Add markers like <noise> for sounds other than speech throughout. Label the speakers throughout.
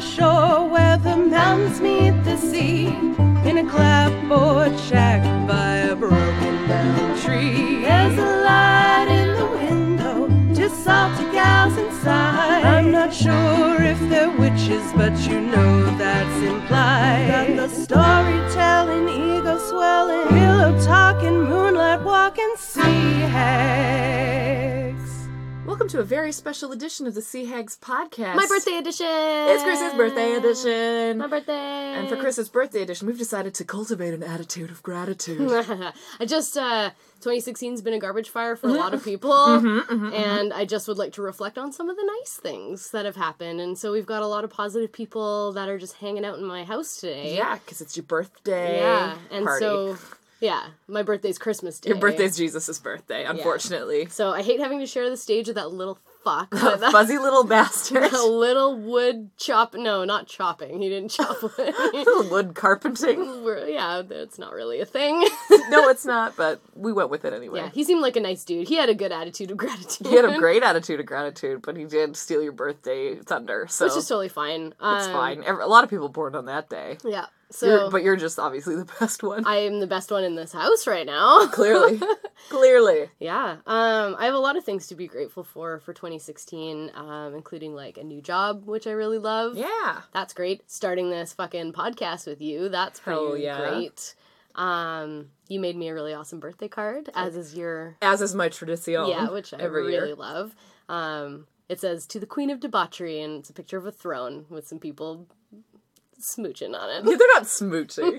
Speaker 1: shore where the mountains meet the sea. In a clapboard shack by a broken down tree. There's a light in the window, just salty gals inside. I'm not sure if they're witches, but you know that's implied. Got the storytelling, ego swelling, pillow talking, moonlight walking, sea hags.
Speaker 2: Welcome to a very special edition of the Sea Hags podcast.
Speaker 3: My birthday edition.
Speaker 2: It's Chris's birthday edition.
Speaker 3: My birthday.
Speaker 2: And for Chris's birthday edition, we've decided to cultivate an attitude of
Speaker 3: <laughs>
Speaker 2: gratitude.
Speaker 3: <laughs> I just uh 2016's been a garbage fire for a lot
Speaker 2: Mm-hmm.
Speaker 3: of people, and I just would like to reflect on some of the nice things that have happened. And so we've got a lot of positive people that are just hanging out in my house today.
Speaker 2: yeah, because it's your birthday.
Speaker 3: Yeah, and
Speaker 2: party.
Speaker 3: so yeah, my birthday's Christmas Day.
Speaker 2: your birthday's Jesus' birthday, unfortunately. <laughs>
Speaker 3: So I hate having to share the stage with that little fuck. but that-
Speaker 2: Fuzzy little bastard.
Speaker 3: <laughs>
Speaker 2: <laughs>
Speaker 3: A little wood chop. No, not chopping. He didn't chop wood. <laughs>
Speaker 2: Wood carpenting.
Speaker 3: We're- yeah, that's not really a thing.
Speaker 2: No, it's not, but we went with it anyway.
Speaker 3: Yeah, he seemed like a nice dude. He had a good attitude of <laughs> gratitude.
Speaker 2: He had a great attitude of gratitude, but he did steal your birthday thunder. So
Speaker 3: which is totally fine. Um,
Speaker 2: it's fine. Ev- A lot of people born on that day.
Speaker 3: Yeah.
Speaker 2: You're-
Speaker 3: So
Speaker 2: but you're just obviously the <laughs> best one.
Speaker 3: I am the best one in this house right now.
Speaker 2: Clearly. Clearly.
Speaker 3: <laughs> yeah. Um, I have a lot of things to be grateful for for 2016, um, including like a new job, which I really love.
Speaker 2: Yeah.
Speaker 3: That's great. Starting this fucking podcast with you, that's pretty
Speaker 2: Hell yeah.
Speaker 3: great. Um, you made me a really awesome birthday card, as is your
Speaker 2: As is my tradition.
Speaker 3: Yeah, which I
Speaker 2: every
Speaker 3: really
Speaker 2: year.
Speaker 3: love. Um, it says to the Queen of Debauchery, and it's a picture of a throne with some people smooching on
Speaker 2: Yeah, <laughs>
Speaker 3: it. <laughs>
Speaker 2: they're not smooching.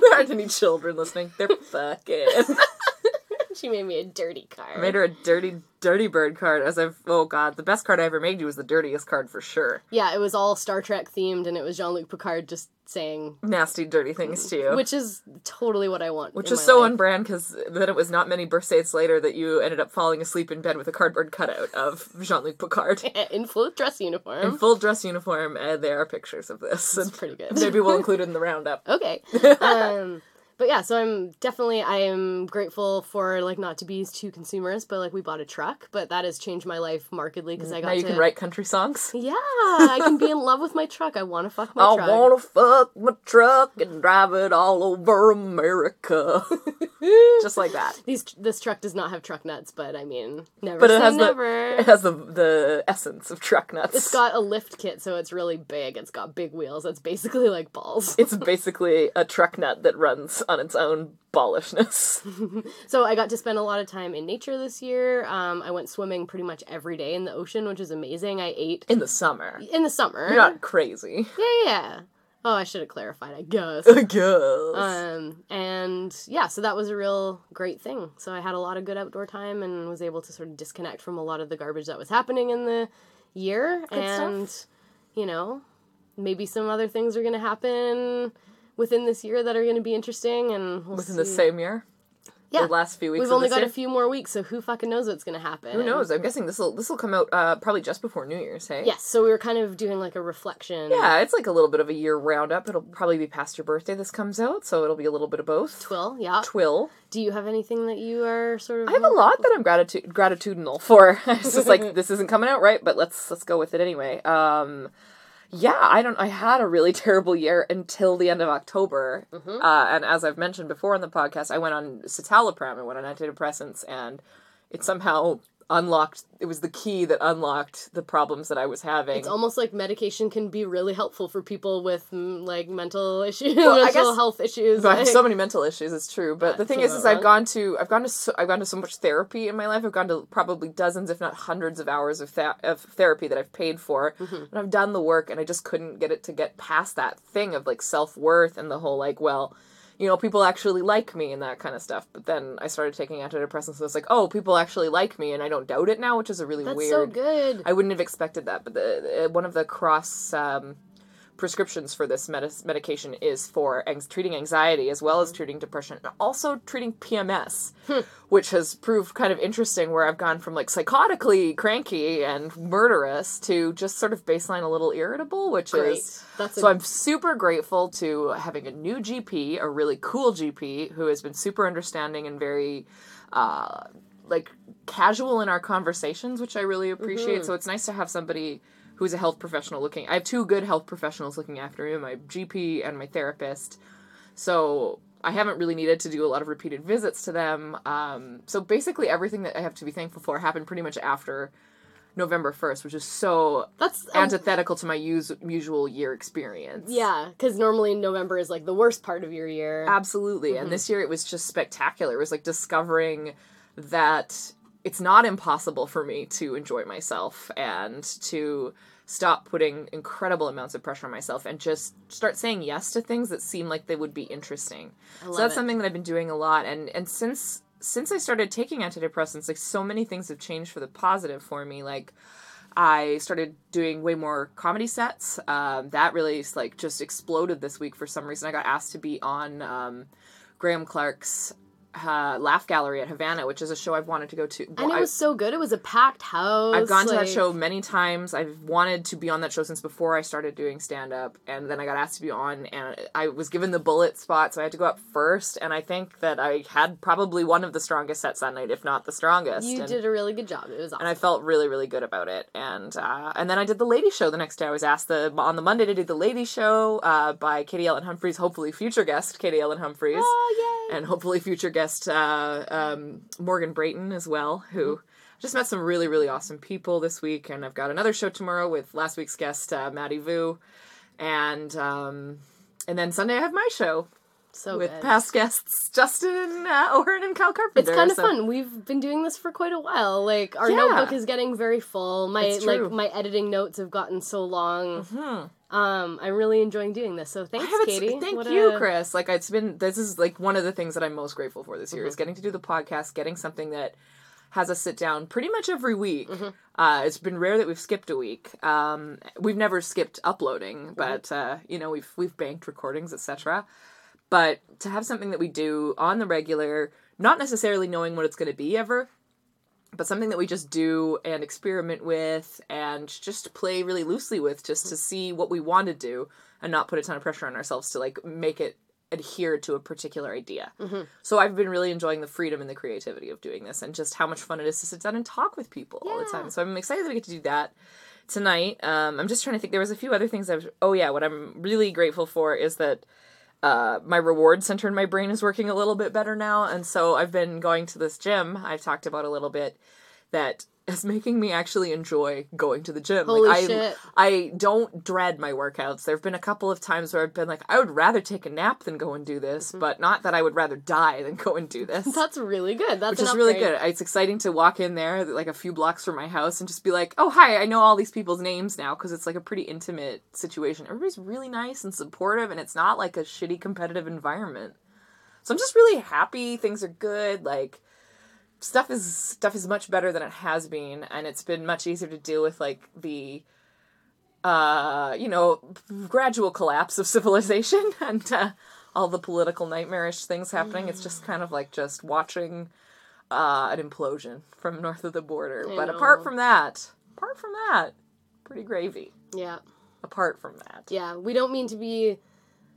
Speaker 2: there aren't any children listening. They're fucking.
Speaker 3: <laughs> she made me a dirty card.
Speaker 2: I made her a dirty, dirty bird card. As I've, oh god, the best card I ever made you was the dirtiest card for sure.
Speaker 3: yeah, it was all Star Trek themed, and it was Jean Luc Picard just saying,
Speaker 2: Nasty, dirty things to you.
Speaker 3: which is totally what I want.
Speaker 2: Which
Speaker 3: in
Speaker 2: is
Speaker 3: my
Speaker 2: so
Speaker 3: life.
Speaker 2: on brand because then it was not many birthdays later that you ended up falling asleep in bed with a cardboard cutout of Jean Luc Picard
Speaker 3: <laughs> in full dress uniform.
Speaker 2: in full dress uniform, and there are pictures of this. And
Speaker 3: pretty good.
Speaker 2: Maybe we'll include it
Speaker 3: <laughs>
Speaker 2: in the roundup. <laughs>
Speaker 3: okay. Um, but yeah, so I'm definitely I am grateful for like not to be too consumerist, but like we bought a truck, but that has changed my life markedly because I got
Speaker 2: Mm, Now you
Speaker 3: to
Speaker 2: can write country songs.
Speaker 3: Yeah, I can be in love with my truck. I want to fuck my
Speaker 2: I
Speaker 3: truck.
Speaker 2: wanna fuck my truck and drive it all over
Speaker 3: <laughs>
Speaker 2: America, just like that.
Speaker 3: These this truck does not have truck nuts, but I mean, never
Speaker 2: But it
Speaker 3: say
Speaker 2: has
Speaker 3: never.
Speaker 2: the <laughs> it has the the essence of truck nuts.
Speaker 3: it's got a lift kit, so it's really big. It's got big wheels. It's basically like balls.
Speaker 2: <laughs> it's basically a truck nut that runs on its own ballishness.
Speaker 3: So I got to spend a lot of time in nature this year. Um, I went swimming pretty much every day in the ocean, which is amazing. I ate
Speaker 2: <laughs> In the summer,
Speaker 3: in the summer.
Speaker 2: you're not crazy. <laughs>
Speaker 3: Yeah, yeah. Oh, I should have clarified. I guess.
Speaker 2: I guess.
Speaker 3: Um, and yeah, so that was a real great thing. So I had a lot of good outdoor time and was able to sort of disconnect from a lot of the garbage that was happening in the year. and, you know, maybe some other things are going to happen within this year that are going to be interesting. And we'll
Speaker 2: Within
Speaker 3: see.
Speaker 2: the same year,
Speaker 3: yeah.
Speaker 2: the last few weeks.
Speaker 3: We've
Speaker 2: of
Speaker 3: only
Speaker 2: this
Speaker 3: got
Speaker 2: year?
Speaker 3: a few more weeks, so who fucking knows what's going to happen?
Speaker 2: Who knows? I'm guessing this will this will come out uh, probably just before New Year's. Hey.
Speaker 3: Yes, so we were kind of doing like a reflection.
Speaker 2: Yeah, it's like a little bit of a year roundup. It'll probably be past your birthday. This comes out, so it'll be a little bit of both.
Speaker 3: Twill, yeah.
Speaker 2: Twill.
Speaker 3: Do you have anything that you are sort of?
Speaker 2: I have a lot that I'm gratitude gratitudinal for. <laughs> it's just like this isn't coming out right, but let's let's go with it anyway. Um, yeah, I don't. I had a really <laughs> terrible year until the end of October, uh, and as I've mentioned before on the podcast, I went on citalopram, I went on antidepressants, and it somehow unlocked. It was the key that unlocked the problems that I was having.
Speaker 3: It's almost like medication can be really helpful for people with mm, like mental <laughs> issues,
Speaker 2: I
Speaker 3: mental
Speaker 2: guess-
Speaker 3: health issues.
Speaker 2: I have
Speaker 3: like-
Speaker 2: so many mental issues. It's true, but the thing is,
Speaker 3: about
Speaker 2: is I've
Speaker 3: right.
Speaker 2: gone to, I've gone to, so, I've gone to so much therapy in my life. I've gone to probably dozens, if not hundreds, of hours of, tha- of therapy that I've paid for,
Speaker 3: Mm-hmm.
Speaker 2: and I've done the work, and I just couldn't get it to get past that thing of like self worth and the whole like, well, you know, people actually like me and that kind of stuff. But then I started taking antidepressants, and it's like, oh, people actually like me, and I don't doubt it now, which is a really
Speaker 3: That's
Speaker 2: weird.
Speaker 3: so good.
Speaker 2: I wouldn't have expected that, but the, uh, one of the cross um, prescriptions for this medis medication is for ang- treating anxiety as well as treating depression and also treating PMS, which has proved kind of interesting. Where I've gone from like psychotically cranky and murderous to just sort of baseline a little irritable, which
Speaker 3: Great.
Speaker 2: is
Speaker 3: That's a-
Speaker 2: so I'm super grateful to having a new GP, a really cool GP who has been super understanding and very uh,
Speaker 3: Mm-hmm.
Speaker 2: like casual in our conversations, which I really appreciate. So it's nice to have somebody who's a health professional looking. I have two good health professionals looking after me, my GP and my therapist. So I haven't really needed to do a lot of repeated visits to them. Um, so basically, everything that I have to be thankful for happened pretty much after November 1st, which is so
Speaker 3: That's a-
Speaker 2: antithetical to my us- usual year experience.
Speaker 3: yeah, because normally November is like the worst part of your year.
Speaker 2: Absolutely. And this year it was just spectacular. It was like discovering that it's not impossible for me to enjoy myself and to stop putting incredible amounts of pressure on myself and just start saying yes to things that seem like they would be interesting. so that's
Speaker 3: it.
Speaker 2: something that I've been doing a lot and and since since I started taking antidepressants, like so many things have changed for the positive for me. Like I started doing way more comedy sets. Um, that really like just exploded this week for some reason. I got asked to be on um, Graham Clark's uh, Laugh Gallery at Havana, which is a show I've wanted to go to.
Speaker 3: and it
Speaker 2: I-
Speaker 3: was so good. It was a packed house.
Speaker 2: I've gone to
Speaker 3: like-
Speaker 2: that show many times. I've wanted to be on that show since before I started doing stand up, and then I got asked to be on, and I was given the bullet spot, so I had to go up first. And I think that I had probably one of the strongest sets that night, if not the strongest.
Speaker 3: You
Speaker 2: and,
Speaker 3: did a really good job. It was awesome.
Speaker 2: and I felt really, really good about it. And uh, and then I did the lady show the next day. I was asked the on the Monday to do the lady show uh, by Katie Ellen Humphries, hopefully future guest Katie Ellen Humphries
Speaker 3: oh yay!
Speaker 2: and hopefully future guest uh, um, Morgan Brayton as well, who
Speaker 3: Mm-hmm.
Speaker 2: just met some really really awesome people this week, and I've got another show tomorrow with last week's guest uh, Maddie Vu, and um, and then Sunday I have my show
Speaker 3: so
Speaker 2: with
Speaker 3: good.
Speaker 2: past guests Justin uh, O'Hearn and Cal Carpenter.
Speaker 3: It's kind of
Speaker 2: so-
Speaker 3: fun. We've been doing this for quite a while. Like our
Speaker 2: Yeah.
Speaker 3: notebook is getting very full. My
Speaker 2: It's
Speaker 3: like
Speaker 2: true. Mm-hmm.
Speaker 3: my editing notes have gotten so long. Um, I'm really enjoying doing this. So thanks,
Speaker 2: I haven't-
Speaker 3: Katie.
Speaker 2: Thank
Speaker 3: What
Speaker 2: you,
Speaker 3: a-
Speaker 2: Chris. Like it's been this is like one of the things that I'm most grateful for this year
Speaker 3: Mm-hmm.
Speaker 2: is getting to do the podcast, getting something that has us sit down pretty much every week.
Speaker 3: Mm-hmm.
Speaker 2: Uh, it's been rare that we've skipped a week. Um, we've never skipped
Speaker 3: Mm-hmm.
Speaker 2: uploading, but uh, you know we've we've banked recordings, etc. But to have something that we do on the regular, not necessarily knowing what it's going to be ever, but something that we just do and experiment with and just play really loosely with just to see what we want to do and not put a ton of pressure on ourselves to like make it adhere to a particular idea. So I've been really enjoying the freedom and the creativity of doing this and just how much fun it is to sit down and talk with people all the time. So I'm excited that we get to do that tonight. Um, I'm just trying to think there was a few other things I was oh yeah, what I'm really grateful for is that uh, my reward center in my brain is working a little bit better now. And so I've been going to this gym I've talked about a little bit that is <laughs> making me actually enjoy going to the gym.
Speaker 3: Holy
Speaker 2: like I,
Speaker 3: shit.
Speaker 2: I don't dread my workouts. There have been a couple of times where I've been like, I would rather take a nap than go and do this, but not that I would rather die than go and do
Speaker 3: <laughs>
Speaker 2: this.
Speaker 3: Mm-hmm. That's really good. That's
Speaker 2: which
Speaker 3: an
Speaker 2: is really
Speaker 3: upgrade.
Speaker 2: good. It's exciting to walk in there, like a few blocks from my house, and just be like, "Oh, hi! I know all these people's names now because it's like a pretty intimate situation. Everybody's really nice and supportive, and it's not like a shitty competitive environment. So I'm just really happy. Things are good. Like stuff is stuff is much better than it has been, and it's been much easier to deal with like the uh, you know, gradual collapse of <laughs> civilization and uh, all the political nightmarish things happening. It's just kind of like just watching uh, an implosion from north of the border. but apart from that, apart from that, pretty gravy.
Speaker 3: Yeah.
Speaker 2: Apart from that,
Speaker 3: Yeah, we don't mean to be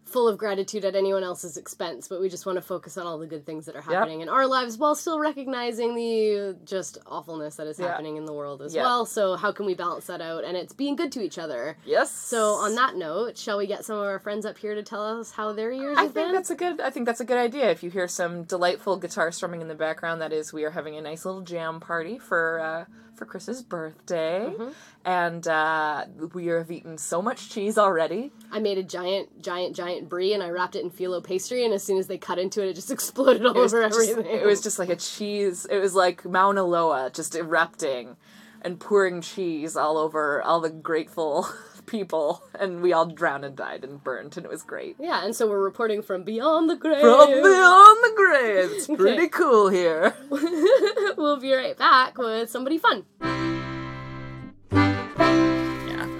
Speaker 3: full of gratitude at anyone else's expense, but we just want to focus on all the good things that are happening in our lives while still recognizing the just awfulness that is happening in the world as
Speaker 2: Yeah.
Speaker 3: well. So, how can we balance that out? And it's being good to each other.
Speaker 2: yes.
Speaker 3: So, on that note, shall we get some of our friends up here to tell us how their years
Speaker 2: I
Speaker 3: have
Speaker 2: think
Speaker 3: been?
Speaker 2: that's a good. I think that's a good idea. If you hear some delightful guitar strumming in the background, that is, we are having a nice little jam party for uh, for Chris's birthday,
Speaker 3: Mm-hmm.
Speaker 2: and uh, we have eaten so much cheese already.
Speaker 3: I made a giant, giant, giant brie and I wrapped it in phyllo pastry, and as soon as they cut into it, it just <laughs> exploded all
Speaker 2: It was
Speaker 3: over
Speaker 2: just-
Speaker 3: everything.
Speaker 2: It was just like a cheese. It was like Mauna Loa just erupting and pouring cheese all over all the grateful <laughs> people, and we all drowned and died and burned, and it was great.
Speaker 3: yeah, and so we're reporting from beyond the grave.
Speaker 2: From beyond the grave,
Speaker 3: <laughs>
Speaker 2: it's pretty cool here.
Speaker 3: We'll be right back with somebody fun.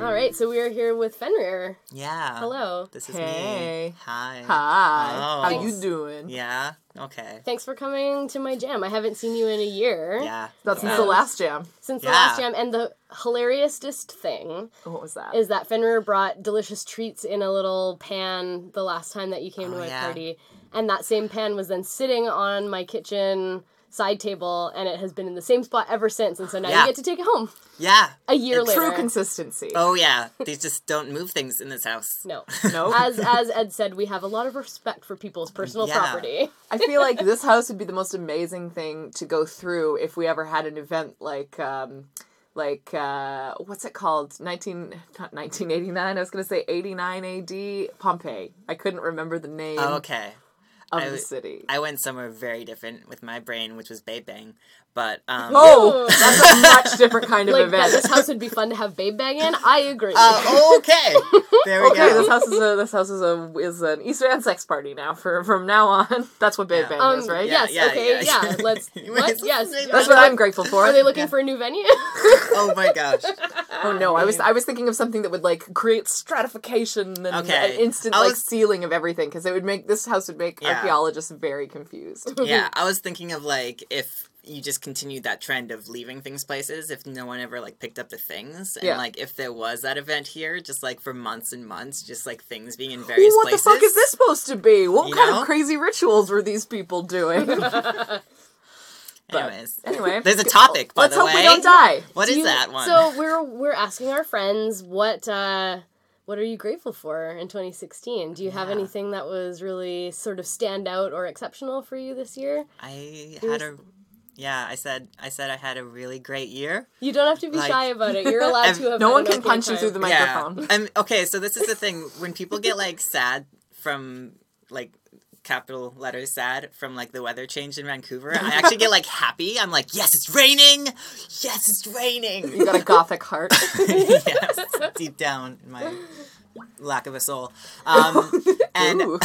Speaker 3: All right, so we are here with Fenrir.
Speaker 4: Yeah.
Speaker 3: Hello.
Speaker 4: This is
Speaker 2: Hey.
Speaker 4: me. Hi.
Speaker 2: Hi, how
Speaker 4: Oh.
Speaker 2: you doing?
Speaker 4: Yeah. Okay.
Speaker 3: Thanks for coming to my jam. I haven't seen you in a year
Speaker 4: Yeah.
Speaker 2: That's
Speaker 4: yeah.
Speaker 2: since the last jam.
Speaker 3: since the
Speaker 4: Yeah.
Speaker 3: last jam. And the hilariousest thing
Speaker 2: What was that?
Speaker 3: is that Fenrir brought delicious treats in a little pan the last time that you came to
Speaker 4: Oh,
Speaker 3: my
Speaker 4: yeah.
Speaker 3: party. And that same pan was then sitting on my kitchen side table, and it has been in the same spot ever since. And so now
Speaker 4: Yeah.
Speaker 3: you get to take it home
Speaker 4: Yeah.
Speaker 3: a year later.
Speaker 2: True consistency.
Speaker 4: Oh yeah. They just don't move things in
Speaker 2: <laughs>
Speaker 4: this house.
Speaker 3: no.
Speaker 2: No,
Speaker 3: <laughs> As as Ed said, we have a lot of respect for people's personal
Speaker 4: Yeah.
Speaker 3: property.
Speaker 2: I feel like this house would be the most amazing thing to go through if we ever had an event like um like uh what's it called 19 not 1989 I was going to say 89 AD Pompeii. I couldn't remember the name
Speaker 4: Oh, okay.
Speaker 2: of
Speaker 4: I
Speaker 2: the
Speaker 4: w-
Speaker 2: city.
Speaker 4: I went somewhere very different with my brain, which was Bay Bang. But um
Speaker 2: oh, that's a much different kind of
Speaker 3: Like that,
Speaker 2: event.
Speaker 3: this house would be fun to have babe bang in. I agree.
Speaker 4: uh,
Speaker 2: <laughs>
Speaker 4: okay. There we
Speaker 2: okay,
Speaker 4: go.
Speaker 2: this house is a this house is a is an Easter and sex party now. For from now on, that's what Big
Speaker 4: Yeah.
Speaker 2: Bang
Speaker 3: um,
Speaker 2: is, right?
Speaker 4: Yeah,
Speaker 3: Yes.
Speaker 4: yeah,
Speaker 3: okay.
Speaker 4: yeah.
Speaker 3: Yeah.
Speaker 4: <laughs>
Speaker 3: Let's.
Speaker 4: Anyways,
Speaker 3: what?
Speaker 4: let's
Speaker 3: Yes.
Speaker 4: say that.
Speaker 2: That's what I'm grateful for.
Speaker 3: Are they looking for a new venue?
Speaker 4: oh my gosh.
Speaker 2: Oh
Speaker 4: Ah,
Speaker 2: no, I was I was thinking of something that would like create stratification and
Speaker 4: Okay.
Speaker 2: an instant
Speaker 4: I
Speaker 2: like
Speaker 4: was-
Speaker 2: sealing of everything because it would make this house would make
Speaker 4: Yeah.
Speaker 2: archaeologists very confused.
Speaker 4: Yeah, I was thinking of like if you just continued that trend of leaving things places if no one ever like picked up the things and
Speaker 2: Yeah.
Speaker 4: like if there was that event here just like for months and months just like things being
Speaker 2: <gasps>
Speaker 4: in
Speaker 2: <laughs>
Speaker 4: various
Speaker 2: what
Speaker 4: places
Speaker 2: the fuck is this supposed to be? What
Speaker 4: You
Speaker 2: kind
Speaker 4: know?
Speaker 2: of crazy rituals were these people doing? <laughs> But
Speaker 4: anyways
Speaker 2: anyway,
Speaker 4: there's a topic by
Speaker 2: let's
Speaker 4: the
Speaker 2: hope
Speaker 4: way
Speaker 2: we don't die.
Speaker 4: What
Speaker 3: Do
Speaker 4: is
Speaker 3: you-
Speaker 4: that one
Speaker 3: So we're we're asking our friends what uh, what are you grateful for in 2016? Do you have anything that was really sort of stand out or exceptional for you this year?
Speaker 4: i had a yeah i said i said i had a really great year
Speaker 3: You don't have to be
Speaker 4: Like-
Speaker 3: shy about it. You're allowed
Speaker 4: I've-
Speaker 3: to. Have
Speaker 2: No
Speaker 3: had
Speaker 2: one
Speaker 3: an
Speaker 2: can
Speaker 3: okay
Speaker 2: punch you
Speaker 3: time.
Speaker 2: through the microphone.
Speaker 4: Yeah. <laughs> Um, okay, so this is the thing. When people get like sad from like capital letters sad from like the weather change in Vancouver, I actually get like happy. I'm like, yes, it's raining. Yes, it's raining. <laughs>
Speaker 2: You got a gothic heart.
Speaker 4: yes, deep down in my lack of a soul.
Speaker 2: <laughs>
Speaker 4: Um, and
Speaker 2: Ooh.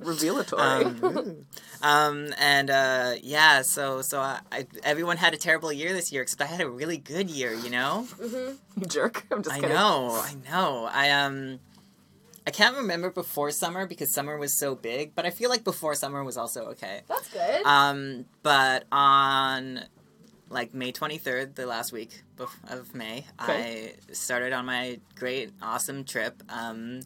Speaker 2: Revelatory.
Speaker 4: um, and uh, yeah, so so I, I, everyone had a terrible year this year because I had a really good year, you
Speaker 2: <laughs>
Speaker 4: know.
Speaker 2: <laughs> you jerk. I'm just
Speaker 4: I
Speaker 2: kidding.
Speaker 4: know, I know. I um I can't remember before summer because summer was so big, but I feel like before summer was also okay.
Speaker 3: That's good.
Speaker 4: Um but on like May 23rd, the last week bef- of May,
Speaker 2: Okay.
Speaker 4: I started on my great awesome trip um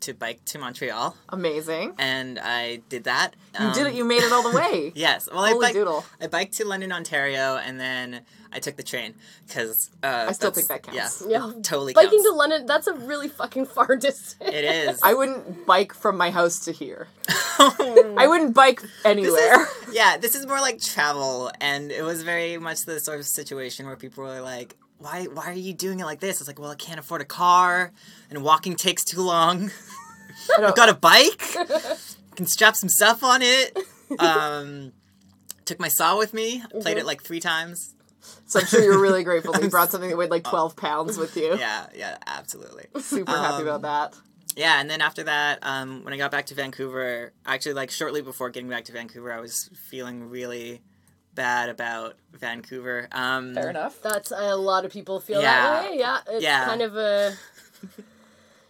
Speaker 4: to bike to Montreal
Speaker 2: Amazing.
Speaker 4: and I did that.
Speaker 2: You did it. You made it all
Speaker 4: <laughs>
Speaker 2: the way.
Speaker 4: Um, Yes. Well,
Speaker 2: Holy
Speaker 4: I biked,
Speaker 2: doodle.
Speaker 4: I biked to London, Ontario, and then I took the train because uh,
Speaker 2: I still
Speaker 4: that's-
Speaker 2: think that counts.
Speaker 4: Yeah,
Speaker 3: Yeah.
Speaker 4: it totally.
Speaker 3: Biking
Speaker 4: counts.
Speaker 3: to London, that's a really fucking far <laughs> distance.
Speaker 4: It is. <laughs>
Speaker 2: I wouldn't bike from my house to here. I wouldn't bike
Speaker 4: Mm. This
Speaker 2: anywhere.
Speaker 4: <laughs> is- yeah, this is more like travel, and it was very much the sort of situation where people were like, "Why, why are you doing it like this?" It's like, "Well, I can't afford a car, and walking takes too long. <laughs>
Speaker 2: I don't-
Speaker 4: I've got a bike,
Speaker 2: <laughs>
Speaker 4: can strap some stuff on it." Um, took my saw with me, played
Speaker 2: Mm-hmm.
Speaker 4: it like three times.
Speaker 2: So I'm sure you're really grateful that you brought something that weighed like 12 pounds with you.
Speaker 4: Yeah, yeah, absolutely.
Speaker 2: Super happy about that.
Speaker 4: Yeah, and then after that, um, when I got back to Vancouver, actually, like shortly before getting back to Vancouver, I was feeling really bad about Vancouver. Um,
Speaker 2: enough.
Speaker 3: That's a lot of people feel
Speaker 4: Yeah.
Speaker 3: that way. Yeah, it's
Speaker 4: Yeah.
Speaker 3: kind of a.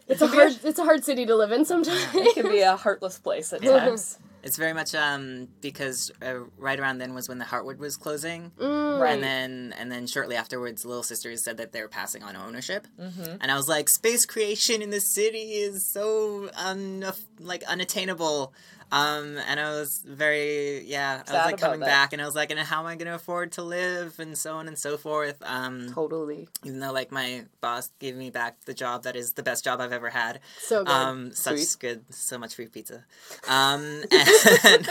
Speaker 3: It's a hard. It's a hard city to live in sometimes.
Speaker 2: can be a heartless place <laughs> at
Speaker 4: Yeah.
Speaker 3: <laughs>
Speaker 4: It's very much um, because uh, right around then was when the Heartwood was closing,
Speaker 3: Mm.
Speaker 4: and then and then shortly afterwards, Little Sisters said that they were passing on ownership, mm-hmm. and I was like, space creation in the city is so un- like unattainable. Um, and I was very yeah, I
Speaker 2: Sad
Speaker 4: was like
Speaker 2: about
Speaker 4: coming
Speaker 2: that.
Speaker 4: back, and I was like, and how am I going to afford to live, and so on and so forth. Um,
Speaker 2: Totally.
Speaker 4: even though like my boss gave me back the job that is the best job I've ever had.
Speaker 3: so good.
Speaker 4: Um, such
Speaker 2: Sweet.
Speaker 4: good, so much free pizza. Um, <laughs> and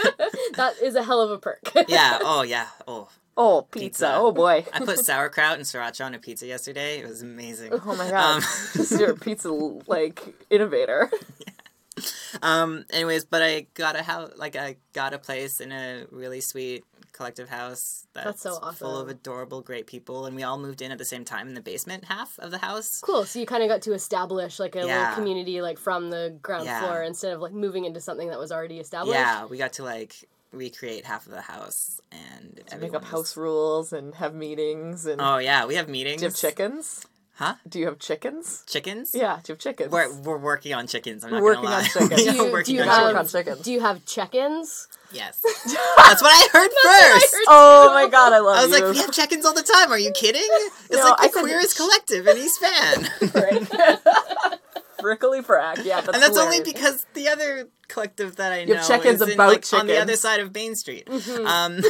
Speaker 3: that is a hell of a perk. <laughs>
Speaker 4: yeah, oh yeah, oh.
Speaker 2: Oh, pizza. Oh
Speaker 4: <laughs>
Speaker 2: boy.
Speaker 4: I
Speaker 2: <laughs>
Speaker 4: put sauerkraut and sriracha on a pizza yesterday. It was amazing.
Speaker 2: Oh my
Speaker 4: <laughs>
Speaker 2: god. Just you're a pizza like innovator.
Speaker 4: Um, anyways, but I got a house, like I got a place in a really sweet collective house that's,
Speaker 3: so
Speaker 4: full of
Speaker 3: awesome.
Speaker 4: adorable, great people, and we all moved in at the same time in the basement half of the house.
Speaker 3: Cool. So you kind of got to establish like a
Speaker 4: Yeah.
Speaker 3: little community like from the ground
Speaker 4: Yeah.
Speaker 3: floor instead of like moving into something that was already established.
Speaker 4: Yeah, we got to like recreate half of the house and
Speaker 2: Make
Speaker 4: everyone
Speaker 2: up
Speaker 4: was-
Speaker 2: house rules and have meetings and
Speaker 4: Oh yeah, we have meetings.
Speaker 2: do you have chickens?
Speaker 4: Huh?
Speaker 2: Do you have chickens?
Speaker 4: Chickens?
Speaker 2: Yeah, do you have chickens?
Speaker 4: We're, we're working on chickens. I'm not
Speaker 2: We're
Speaker 4: gonna lie. <laughs>
Speaker 2: working on chickens. Do
Speaker 3: Do
Speaker 4: We are
Speaker 3: you, do
Speaker 4: working
Speaker 3: you
Speaker 4: on
Speaker 2: chicken.
Speaker 3: have
Speaker 2: Work
Speaker 3: <laughs>
Speaker 2: on chicken.
Speaker 3: Do you have check-ins?
Speaker 4: Yes. That's what I heard first. I,
Speaker 2: Oh
Speaker 4: <laughs>
Speaker 2: my god, I love
Speaker 4: was like,
Speaker 2: you.
Speaker 4: we have check-ins all the time. Are you kidding? It's
Speaker 2: No,
Speaker 4: like the
Speaker 2: I said-
Speaker 4: queerest collective in East Van.
Speaker 2: Frank. Prickly Frack. Yeah, that's
Speaker 4: <laughs> and that's only
Speaker 2: hilarious.
Speaker 4: because the other collective that I know
Speaker 2: Your chicken's
Speaker 4: is in,
Speaker 2: about
Speaker 4: like, on
Speaker 2: chickens.
Speaker 4: the
Speaker 2: Mm-hmm.
Speaker 4: other side of Main Street.
Speaker 2: <laughs>
Speaker 4: Um,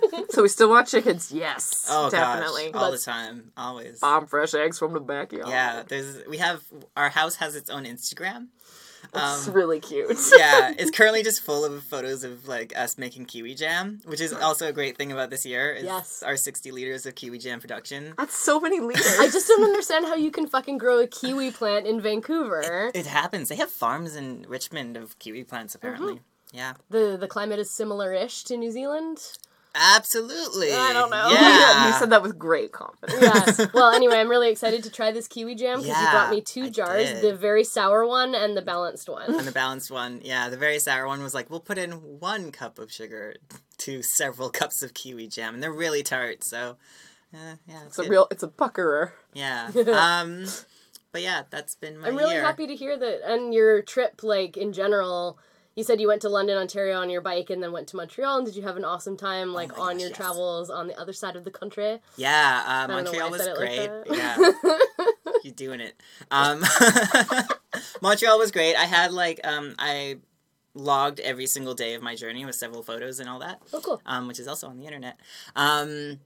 Speaker 4: <laughs>
Speaker 2: So we still want chickens. Yes,
Speaker 4: oh
Speaker 2: definitely.
Speaker 4: gosh, all
Speaker 2: Let's
Speaker 4: the time, always.
Speaker 2: bomb fresh eggs from the backyard.
Speaker 4: yeah, there's we have our house has its own Instagram.
Speaker 2: it's <laughs>
Speaker 4: Um,
Speaker 2: really cute.
Speaker 4: yeah, it's currently just full of photos of like us making kiwi jam, which is also a great thing about this year. Is
Speaker 3: Yes.
Speaker 4: our sixty liters of kiwi jam production.
Speaker 2: That's so many
Speaker 4: <laughs>
Speaker 2: leaders.
Speaker 3: I just don't understand how you can fucking grow a kiwi plant in Vancouver.
Speaker 4: It happens. They have farms in Richmond of kiwi plants,
Speaker 2: Mm-hmm.
Speaker 4: apparently. Yeah,
Speaker 3: The the climate is similar-ish to New Zealand.
Speaker 4: absolutely.
Speaker 3: I don't know.
Speaker 2: <laughs>
Speaker 4: Yeah,
Speaker 2: you said that with great confidence.
Speaker 3: Yeah. well, anyway, I'm really excited to try this kiwi jam because you
Speaker 4: Yeah,
Speaker 3: brought me two
Speaker 4: I
Speaker 3: jars,
Speaker 4: did.
Speaker 3: the very sour one and the balanced one.
Speaker 4: And the balanced one, yeah, the very sour one was like, we'll put in one cup of sugar <laughs> to several cups of kiwi jam, and they're really tart. So, uh, yeah,
Speaker 2: It's a real. It's a puckerer.
Speaker 3: <laughs>
Speaker 4: yeah. Um, but yeah, that's been my.
Speaker 3: I'm really
Speaker 4: year.
Speaker 3: happy to hear that and your trip like in general you said you went to London, Ontario on your bike and then went to Montreal and did you have an awesome time like
Speaker 4: Oh my
Speaker 3: on
Speaker 4: gosh,
Speaker 3: your
Speaker 4: yes.
Speaker 3: travels on the other side of the country?
Speaker 4: Yeah, uh,
Speaker 3: I don't know why I
Speaker 4: Montreal was
Speaker 3: said
Speaker 4: great.
Speaker 3: it like
Speaker 4: yeah,
Speaker 3: <laughs>
Speaker 4: you're doing it. Um, <laughs> Montreal was great. I had like um, I logged every single day of my journey with several photos and all that.
Speaker 3: Oh cool.
Speaker 4: um, which is also on the internet. Um,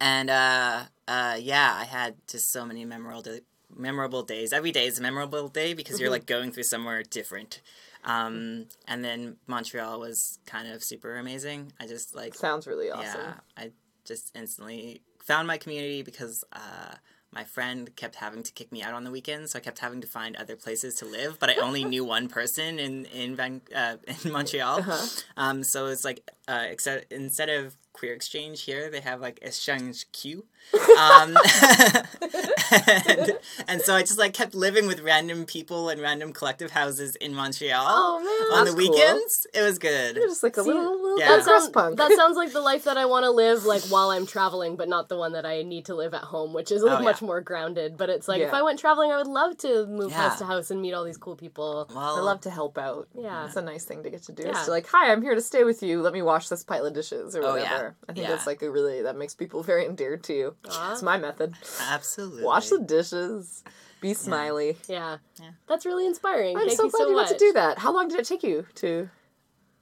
Speaker 4: and uh, uh, yeah, I had just so many memorable da- memorable days. Every day is a memorable day because you're like going through somewhere different. Um, and then Montreal was kind of super amazing. I just like
Speaker 2: Sounds really awesome.
Speaker 4: yeah, I just instantly found my community because uh, my friend kept having to kick me out on the weekends, so I kept having to find other places to live. But I
Speaker 2: <laughs>
Speaker 4: only knew one person in in Van, uh, in Montreal,
Speaker 2: Uh-huh.
Speaker 4: um, so it's like uh, except instead of queer exchange here, they have like exchange Q. Um, <laughs> and, and so I just like kept living with random people and random collective houses in Montreal
Speaker 3: Oh man.
Speaker 4: on
Speaker 2: that's
Speaker 4: the
Speaker 2: cool.
Speaker 4: weekends. It was good.
Speaker 2: You're just like a
Speaker 3: See,
Speaker 2: little little
Speaker 4: Yeah.
Speaker 2: yeah.
Speaker 4: that
Speaker 2: crust
Speaker 3: sound-
Speaker 2: punk.
Speaker 3: that sounds like the life that I want to live, like while I'm traveling, but not the one that I need to live at home, which is like
Speaker 4: Oh, yeah.
Speaker 3: much more grounded. But it's like if
Speaker 2: Yeah.
Speaker 3: I went traveling, I would love to move
Speaker 4: Yeah.
Speaker 3: house to house and meet all these cool people.
Speaker 4: well,
Speaker 2: I love to help out.
Speaker 3: Yeah.
Speaker 2: It's a nice thing to get to do.
Speaker 3: Yeah.
Speaker 2: It's like, hi, I'm here to stay with you. Let me wash this pile of dishes or
Speaker 4: Oh,
Speaker 2: whatever.
Speaker 4: yeah.
Speaker 2: I think
Speaker 4: Yeah.
Speaker 2: that's like a really, that makes people <laughs> very endeared to you.
Speaker 3: Aw.
Speaker 2: It's my method.
Speaker 4: absolutely
Speaker 2: Wash the dishes. Be smiley.
Speaker 3: Yeah, that's really inspiring.
Speaker 2: I'm
Speaker 3: Thank
Speaker 2: so
Speaker 3: you
Speaker 2: glad
Speaker 3: so
Speaker 2: you
Speaker 3: much.
Speaker 2: got to do that. How long did it take you to?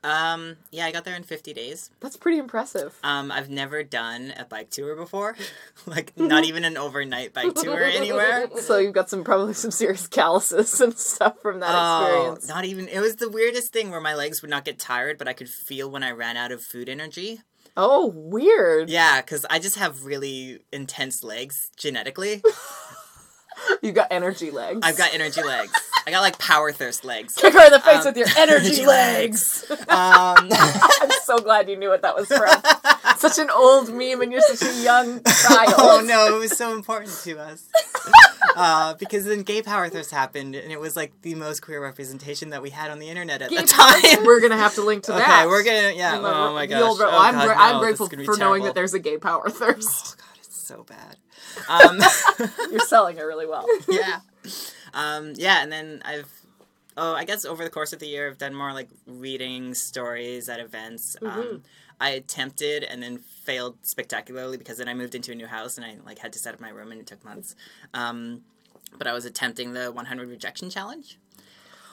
Speaker 4: Um, yeah, I got there in 50 days.
Speaker 2: That's pretty impressive.
Speaker 4: Um, I've never done a bike tour before, <laughs> like
Speaker 3: Mm-hmm.
Speaker 4: not even an overnight bike
Speaker 3: <laughs>
Speaker 4: tour anywhere.
Speaker 2: So you've got some probably some serious <laughs> calluses and stuff from that
Speaker 4: Oh,
Speaker 2: experience.
Speaker 4: not even. It was the weirdest thing where my legs would not get tired, but I could feel when I ran out of food energy.
Speaker 2: Oh, weird.
Speaker 4: Yeah, because I just have really intense legs genetically.
Speaker 2: You got energy legs.
Speaker 4: I've got
Speaker 3: <laughs>
Speaker 4: energy legs. I got like power thirst legs.
Speaker 2: kick her in the face
Speaker 4: um, <laughs>
Speaker 2: with your energy legs. <laughs>
Speaker 4: Um,
Speaker 3: <laughs>
Speaker 2: I'm so glad you knew what that was
Speaker 4: <laughs>
Speaker 2: from. such an old meme, and you're such a young child.
Speaker 4: Oh no, it was so important
Speaker 3: <laughs>
Speaker 4: to us. Uh, because then Gay Power Thirst happened, and it was like the most queer representation that we had on the internet at
Speaker 3: Gay
Speaker 4: the
Speaker 3: Power
Speaker 2: <laughs>
Speaker 4: time.
Speaker 2: We're gonna have to link to that.
Speaker 4: Okay, we're gonna yeah. Oh my
Speaker 2: The
Speaker 4: gosh.
Speaker 2: old-
Speaker 4: Oh,
Speaker 2: I'm,
Speaker 4: God,
Speaker 2: gra-
Speaker 4: no,
Speaker 2: I'm
Speaker 4: this is
Speaker 2: grateful for
Speaker 4: gonna
Speaker 2: knowing
Speaker 4: be terrible.
Speaker 2: that there's a gay power
Speaker 4: <laughs>
Speaker 2: thirst.
Speaker 4: It's so
Speaker 2: <laughs>
Speaker 4: bad. Um,
Speaker 2: You're selling it really well.
Speaker 4: yeah. Um, yeah, and then I've oh I guess over the course of the year I've done more like reading stories at events.
Speaker 2: Mm-hmm.
Speaker 4: Um, I attempted and then failed spectacularly because then I moved into a new house and I like had to set up my room and it took months. Um, but I was attempting the 100 rejection challenge.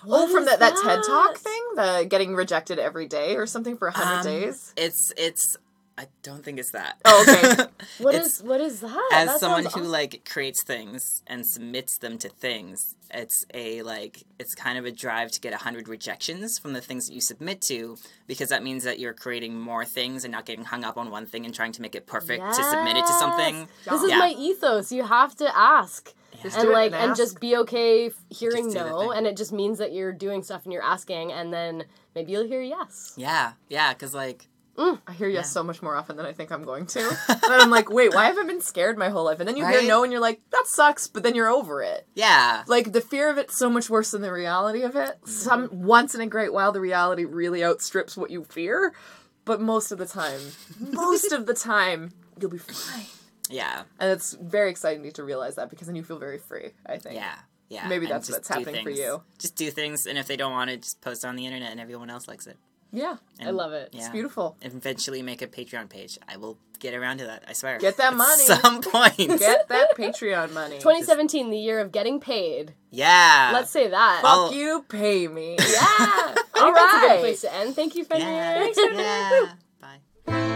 Speaker 2: oh, from
Speaker 3: is
Speaker 2: that, that TED Talk
Speaker 3: that?
Speaker 2: thing, the getting rejected every day or something for 100
Speaker 4: Um,
Speaker 2: days.
Speaker 4: It's it's I don't think it's that.
Speaker 2: Oh,
Speaker 4: <laughs>
Speaker 2: okay.
Speaker 3: What
Speaker 4: It's-
Speaker 3: is what is
Speaker 2: Oh,
Speaker 3: that?
Speaker 4: as
Speaker 3: That
Speaker 4: someone
Speaker 3: sounds
Speaker 4: who
Speaker 3: awesome.
Speaker 4: like creates things and submits them to things it's a like it's kind of a drive to get 100 rejections from the things that you submit to because that means that you're creating more things and not getting hung up on one thing and trying to make it perfect to submit it to something
Speaker 3: Yes. This is
Speaker 4: Yeah.
Speaker 3: my ethos. You have to ask.
Speaker 2: Just
Speaker 3: and
Speaker 2: do it
Speaker 3: like
Speaker 2: and
Speaker 3: and
Speaker 2: ask.
Speaker 3: just be okay f- hearing
Speaker 4: Just do the
Speaker 3: no
Speaker 4: thing.
Speaker 3: and it just means that you're doing stuff and you're asking and then maybe you'll hear yes
Speaker 4: yeah yeah because like
Speaker 2: I hear yes so much more often than I think I'm going to.
Speaker 4: <laughs>
Speaker 2: and then I'm like, wait, why have I been scared my whole life? And then you
Speaker 4: Right?
Speaker 2: hear no, and you're like, that sucks, but then you're over it.
Speaker 4: yeah
Speaker 2: Like the fear of it's so much worse than the reality of it. Some once in a great while the reality really outstrips what you fear, but most of the time, most of the time you'll be fine.
Speaker 4: yeah
Speaker 2: And it's very exciting to realize that because then you feel very free, I think.
Speaker 4: yeah yeah
Speaker 2: Maybe
Speaker 4: And
Speaker 2: that's
Speaker 4: just
Speaker 2: what's
Speaker 4: do
Speaker 2: happening for
Speaker 4: things.
Speaker 2: you.
Speaker 4: just do things and if they don't want it just post on the internet and everyone else likes it
Speaker 2: Yeah.
Speaker 4: And
Speaker 2: I love it. It's
Speaker 4: yeah.
Speaker 2: beautiful.
Speaker 4: Eventually, make a Patreon page. I will get around to that. I swear.
Speaker 2: Get that
Speaker 4: At
Speaker 2: money.
Speaker 4: Some point.
Speaker 2: Get that Patreon money.
Speaker 3: 2017, the year of getting paid.
Speaker 4: yeah.
Speaker 3: Let's say that.
Speaker 4: Well-
Speaker 2: Fuck you, pay me.
Speaker 3: yeah. All right. That's a good place to end. Thank you, Fenrir.
Speaker 4: Yeah. yeah. Bye.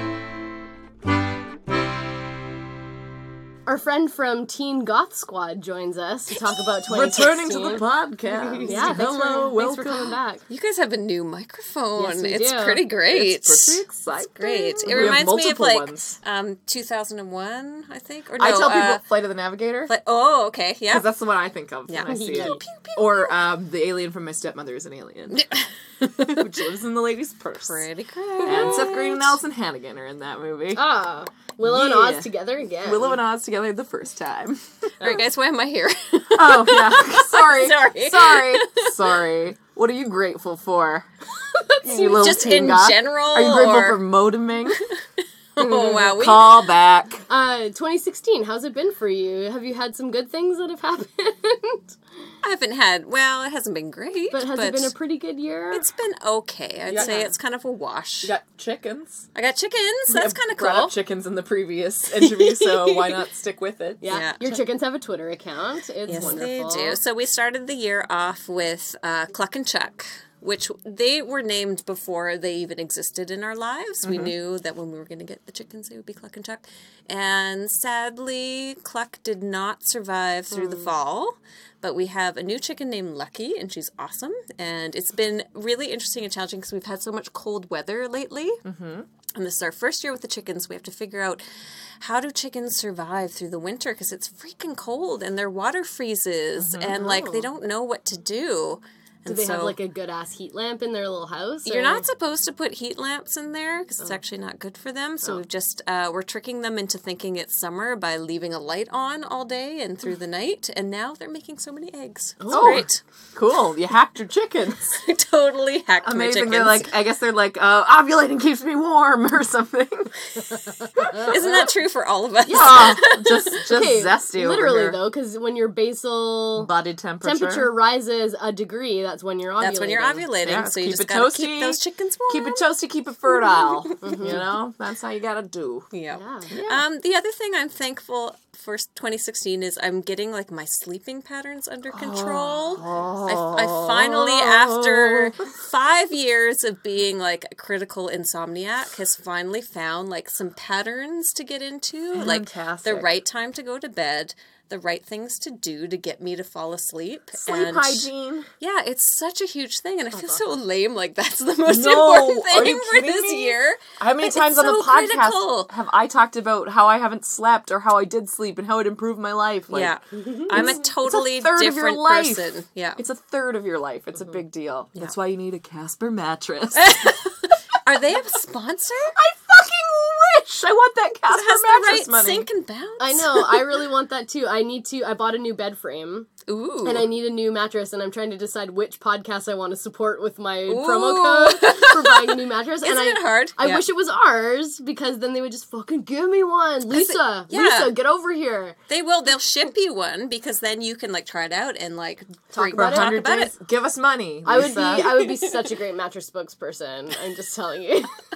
Speaker 3: Our friend from Teen Goth Squad joins us to talk about
Speaker 2: <laughs>
Speaker 3: 2016.
Speaker 2: Returning to the podcast.
Speaker 3: Yeah, thanks,
Speaker 2: Hello,
Speaker 3: for, thanks
Speaker 2: welcome.
Speaker 3: for coming back.
Speaker 5: You guys have a new microphone.
Speaker 3: Yes, we
Speaker 5: it's
Speaker 3: do.
Speaker 5: pretty great.
Speaker 2: It's pretty exciting.
Speaker 5: great. It
Speaker 2: We have
Speaker 5: reminds me of
Speaker 2: multiple
Speaker 5: like
Speaker 2: ones.
Speaker 5: um 2001, I think. Or no,
Speaker 2: I tell people
Speaker 5: uh,
Speaker 2: Flight of the Navigator.
Speaker 5: like- oh, okay.
Speaker 2: Because
Speaker 5: Yeah.
Speaker 2: that's the one I think of
Speaker 5: Yeah.
Speaker 2: when I see
Speaker 3: Pew,
Speaker 2: it. Or um, the alien from My Stepmother is an Alien, <laughs> which lives in the lady's purse.
Speaker 5: pretty Oh, great.
Speaker 2: And Seth Green and Allison Hannigan are in that movie.
Speaker 3: Ah, Willow and
Speaker 2: Yeah.
Speaker 3: Oz together again.
Speaker 2: Willow and Oz together the first
Speaker 5: <laughs>
Speaker 2: time.
Speaker 5: All right, guys, why am I here? <laughs>
Speaker 2: Oh yeah, sorry,
Speaker 5: Sorry.
Speaker 2: sorry, sorry. What are you grateful for? oh, You little
Speaker 5: Just in
Speaker 2: tinga.
Speaker 5: general.
Speaker 2: Are you grateful
Speaker 5: or-
Speaker 2: for modeming?
Speaker 5: <laughs> Oh wow, we
Speaker 2: Call <laughs> back.
Speaker 3: Uh, 2016, how's it been for you? Have you had some good things that have <laughs> happened?
Speaker 5: I haven't had. Well, it hasn't been great,
Speaker 3: but has it been a pretty good year?
Speaker 5: it's been okay. I'd
Speaker 2: Yeah.
Speaker 5: say it's kind of a wash.
Speaker 2: got chickens.
Speaker 5: I got chickens. That's kind of
Speaker 2: Brought
Speaker 5: cool.
Speaker 2: up chickens in the previous interview, so why
Speaker 5: <laughs>
Speaker 2: not stick with it?
Speaker 3: yeah.
Speaker 5: yeah.
Speaker 3: Your chickens have a Twitter account. It's
Speaker 5: Yes,
Speaker 3: wonderful.
Speaker 5: they do. So we started the year off with uh, Cluck and Chuck, which they were named before they even existed in our lives.
Speaker 3: Mm-hmm.
Speaker 5: We knew that when we were going to get the chickens, they would be Cluck and Chuck. And sadly, Cluck did not survive through
Speaker 3: Hmm.
Speaker 5: the fall. But we have a new chicken named Lucky, and she's awesome. And it's been really interesting and challenging because we've had so much cold weather lately. And this is our first year with the chickens. We have to figure out how do chickens survive through the winter because it's freaking cold and their water freezes
Speaker 2: Mm-hmm.
Speaker 5: and like
Speaker 2: Oh.
Speaker 5: they don't know what to do.
Speaker 3: Do
Speaker 5: And
Speaker 3: they
Speaker 5: so
Speaker 3: have like a good ass heat lamp in their little house?
Speaker 5: you're
Speaker 3: or-
Speaker 5: not supposed to put heat lamps in there because
Speaker 2: Oh.
Speaker 5: it's actually not good for them. So we've just uh, we're tricking them into thinking it's summer by leaving a light on all day and through the night. And now they're making so many eggs. It's
Speaker 2: Oh.
Speaker 5: great. <laughs>
Speaker 2: Cool. You hacked your chickens.
Speaker 5: I totally hacked my
Speaker 2: Amazing.
Speaker 5: chickens.
Speaker 2: They're like, I guess they're like, uh, ovulating keeps me warm <laughs> or
Speaker 5: <laughs>
Speaker 2: something. "Uh,
Speaker 5: Isn't that true for all of us?
Speaker 2: oh, just, just
Speaker 3: Okay,
Speaker 2: zesty. over
Speaker 3: Literally
Speaker 2: here.
Speaker 3: though, because when your basal
Speaker 2: Body temperature.
Speaker 3: temperature rises a degree, that's when you're ovulating.
Speaker 5: That's when you're ovulating.
Speaker 2: Yeah,
Speaker 5: so you
Speaker 2: keep
Speaker 5: just
Speaker 2: it
Speaker 5: gotta
Speaker 2: toasty,
Speaker 5: keep those chickens warm.
Speaker 2: Keep it toasty, keep it
Speaker 5: <laughs>
Speaker 2: fertile. You know, that's how you gotta do.
Speaker 5: Yeah.
Speaker 3: Yeah.
Speaker 5: Um, the other thing I'm thankful for s- 2016 is I'm getting like my sleeping patterns under control. I, I finally, after five years of being like a critical insomniac, has finally found like some patterns to get into, like the
Speaker 2: Fantastic.
Speaker 5: right time to go to bed. The right things to do to get me to fall asleep.
Speaker 2: Sleep
Speaker 5: <laughs>
Speaker 2: hygiene. Uh-huh.
Speaker 5: Yeah, it's such a huge thing, and I feel so lame. Like that's the <laughs> most
Speaker 2: No,
Speaker 5: important
Speaker 2: are you
Speaker 5: thing for
Speaker 2: kidding
Speaker 5: this
Speaker 2: me?
Speaker 5: year.
Speaker 2: How many
Speaker 5: But
Speaker 2: times
Speaker 5: it's
Speaker 2: on the
Speaker 5: so
Speaker 2: podcast
Speaker 5: critical.
Speaker 2: have I talked about how I haven't slept or how I did sleep and how it improved my life? Like, Mm-hmm.
Speaker 5: yeah, I'm a totally
Speaker 2: third of your
Speaker 5: different
Speaker 2: life.
Speaker 5: person. Yeah. Mm-hmm.
Speaker 2: It's a third of your life. It's a big deal. That's why you need a Casper
Speaker 5: <laughs>
Speaker 2: mattress.
Speaker 5: Are they a
Speaker 2: <laughs>
Speaker 5: sponsor?
Speaker 2: I fucking wish. I want that Casper
Speaker 5: Has the
Speaker 2: mattress
Speaker 5: right
Speaker 2: money.
Speaker 5: sink and bounce?
Speaker 3: I know. I really want that too. I need to. I bought a new bed frame
Speaker 5: Ooh.
Speaker 3: and I need a new mattress, and I'm trying to decide which podcast I want to support with my
Speaker 5: Ooh.
Speaker 3: promo
Speaker 5: <laughs>
Speaker 3: code for buying a new mattress. and
Speaker 5: Isn't
Speaker 3: I,
Speaker 5: it hard?
Speaker 3: I
Speaker 5: Yeah.
Speaker 3: wish it was ours because then they would just fucking give me one. Lisa,
Speaker 5: yeah.
Speaker 3: Lisa, get over here.
Speaker 5: they will. They'll ship you one because then you can like try it out and like talk
Speaker 2: For
Speaker 5: about, talk
Speaker 2: 100
Speaker 5: about it.
Speaker 2: days, give us money.
Speaker 3: I would be.
Speaker 2: Lisa.
Speaker 3: I would be such a great mattress spokesperson. I'm just telling
Speaker 5: <laughs>
Speaker 3: you.
Speaker 2: <laughs>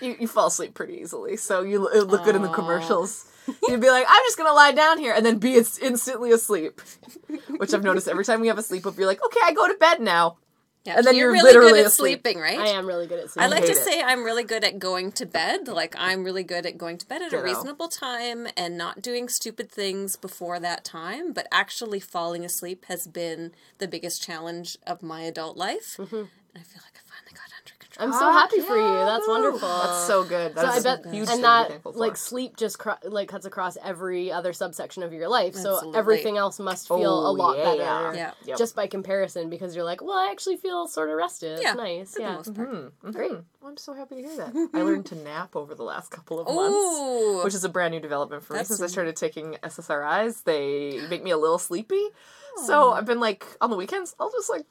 Speaker 2: you, you fall asleep pretty easily, so you it look good in the commercials. You'd be like, I'm just gonna lie down here and then be ins- instantly asleep, <laughs> which I've noticed every time we have a sleepover. You're like, okay, I go to bed now.
Speaker 5: Yeah.
Speaker 2: And then you're
Speaker 5: really
Speaker 2: literally
Speaker 5: good at
Speaker 2: asleep.
Speaker 5: sleeping, right?
Speaker 3: I am really good at.
Speaker 5: I like
Speaker 2: hate
Speaker 5: to
Speaker 2: it.
Speaker 5: say I'm really good at going to bed. Like I'm really good at going to bed at a
Speaker 2: Ditto.
Speaker 5: reasonable time and not doing stupid things before that time. But actually falling asleep has been the biggest challenge of my adult life.
Speaker 2: Mm-hmm.
Speaker 5: And I feel like I finally got under control.
Speaker 3: I'm so happy for you.
Speaker 5: Ah,
Speaker 3: That's wonderful.
Speaker 2: That's so good. That's
Speaker 3: I bet,
Speaker 2: huge
Speaker 3: and
Speaker 2: thing to be
Speaker 3: that
Speaker 2: thankful for.
Speaker 3: like sleep just cro- like cuts across every other subsection of your life, so
Speaker 5: Absolutely.
Speaker 3: everything else must feel
Speaker 2: Oh,
Speaker 3: a lot
Speaker 2: yeah.
Speaker 3: better,
Speaker 5: Yeah.
Speaker 2: Yep.
Speaker 3: just by comparison, because you're like, well, I actually feel sort of rested.
Speaker 5: Yeah,
Speaker 3: It's nice.
Speaker 5: for the
Speaker 3: Yeah,
Speaker 5: most part.
Speaker 3: great.
Speaker 2: Mm-hmm. I'm so happy to hear that. I learned to nap over the last couple of months.
Speaker 5: Ooh.
Speaker 2: Which is a brand new development for me
Speaker 5: That's-
Speaker 2: since I started taking SSRIs. They make me a little sleepy. So I've been like, on the weekends, I'll just like,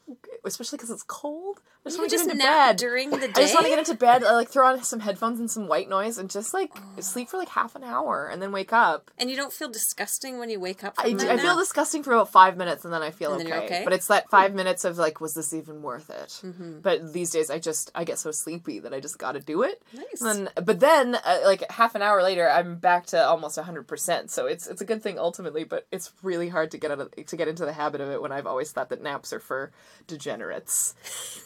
Speaker 2: especially because it's cold, I just
Speaker 5: you
Speaker 2: want to get
Speaker 5: just
Speaker 2: into
Speaker 5: nap
Speaker 2: bed.
Speaker 5: during in
Speaker 2: <laughs>
Speaker 5: the
Speaker 2: I
Speaker 5: day.
Speaker 2: just want to get into bed, I, like throw on some headphones and some white noise, and just like sleep for like half an hour, and then wake up.
Speaker 5: and you don't feel disgusting when you wake up.
Speaker 2: I,
Speaker 5: From
Speaker 2: do-
Speaker 5: that
Speaker 2: I feel
Speaker 5: nap?
Speaker 2: disgusting for about five minutes, and then I feel
Speaker 5: And then
Speaker 2: okay.
Speaker 5: you're okay? Mm-hmm.
Speaker 2: But it's that five minutes of like, was this even worth it? But these days, I just I get so sleepy that I just got to do it.
Speaker 5: Nice.
Speaker 2: And then, but then, uh, like half an hour later, I'm back to almost hundred percent. So it's it's a good thing ultimately, but it's really hard to get out of, to get into the habit of it when I've always thought that naps are for degenerates.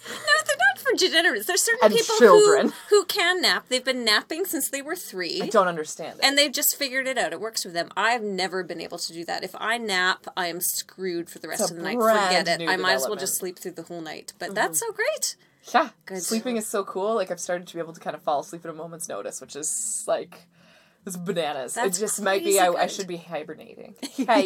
Speaker 5: No, they're not for degenerates. There's certain
Speaker 2: And
Speaker 5: people
Speaker 2: children.
Speaker 5: who who can nap. They've been napping since they were three.
Speaker 2: I don't understand it.
Speaker 5: and they've just figured it out. It works for them. I've never been able to do that. If I nap, I am screwed for the rest
Speaker 2: a
Speaker 5: of the night.
Speaker 2: brand
Speaker 5: Forget it.
Speaker 2: new
Speaker 5: I might as well just
Speaker 2: development. Mm-hmm.
Speaker 5: sleep through the whole night. But that's so great.
Speaker 2: Yeah,
Speaker 5: Good.
Speaker 2: sleeping is so cool. Like I've started to be able to kind of fall asleep at a moment's notice, which is like it's bananas.
Speaker 5: That's
Speaker 2: it just might be
Speaker 5: crazy
Speaker 2: I, I
Speaker 5: good.
Speaker 2: should be
Speaker 5: <laughs>
Speaker 2: hibernating.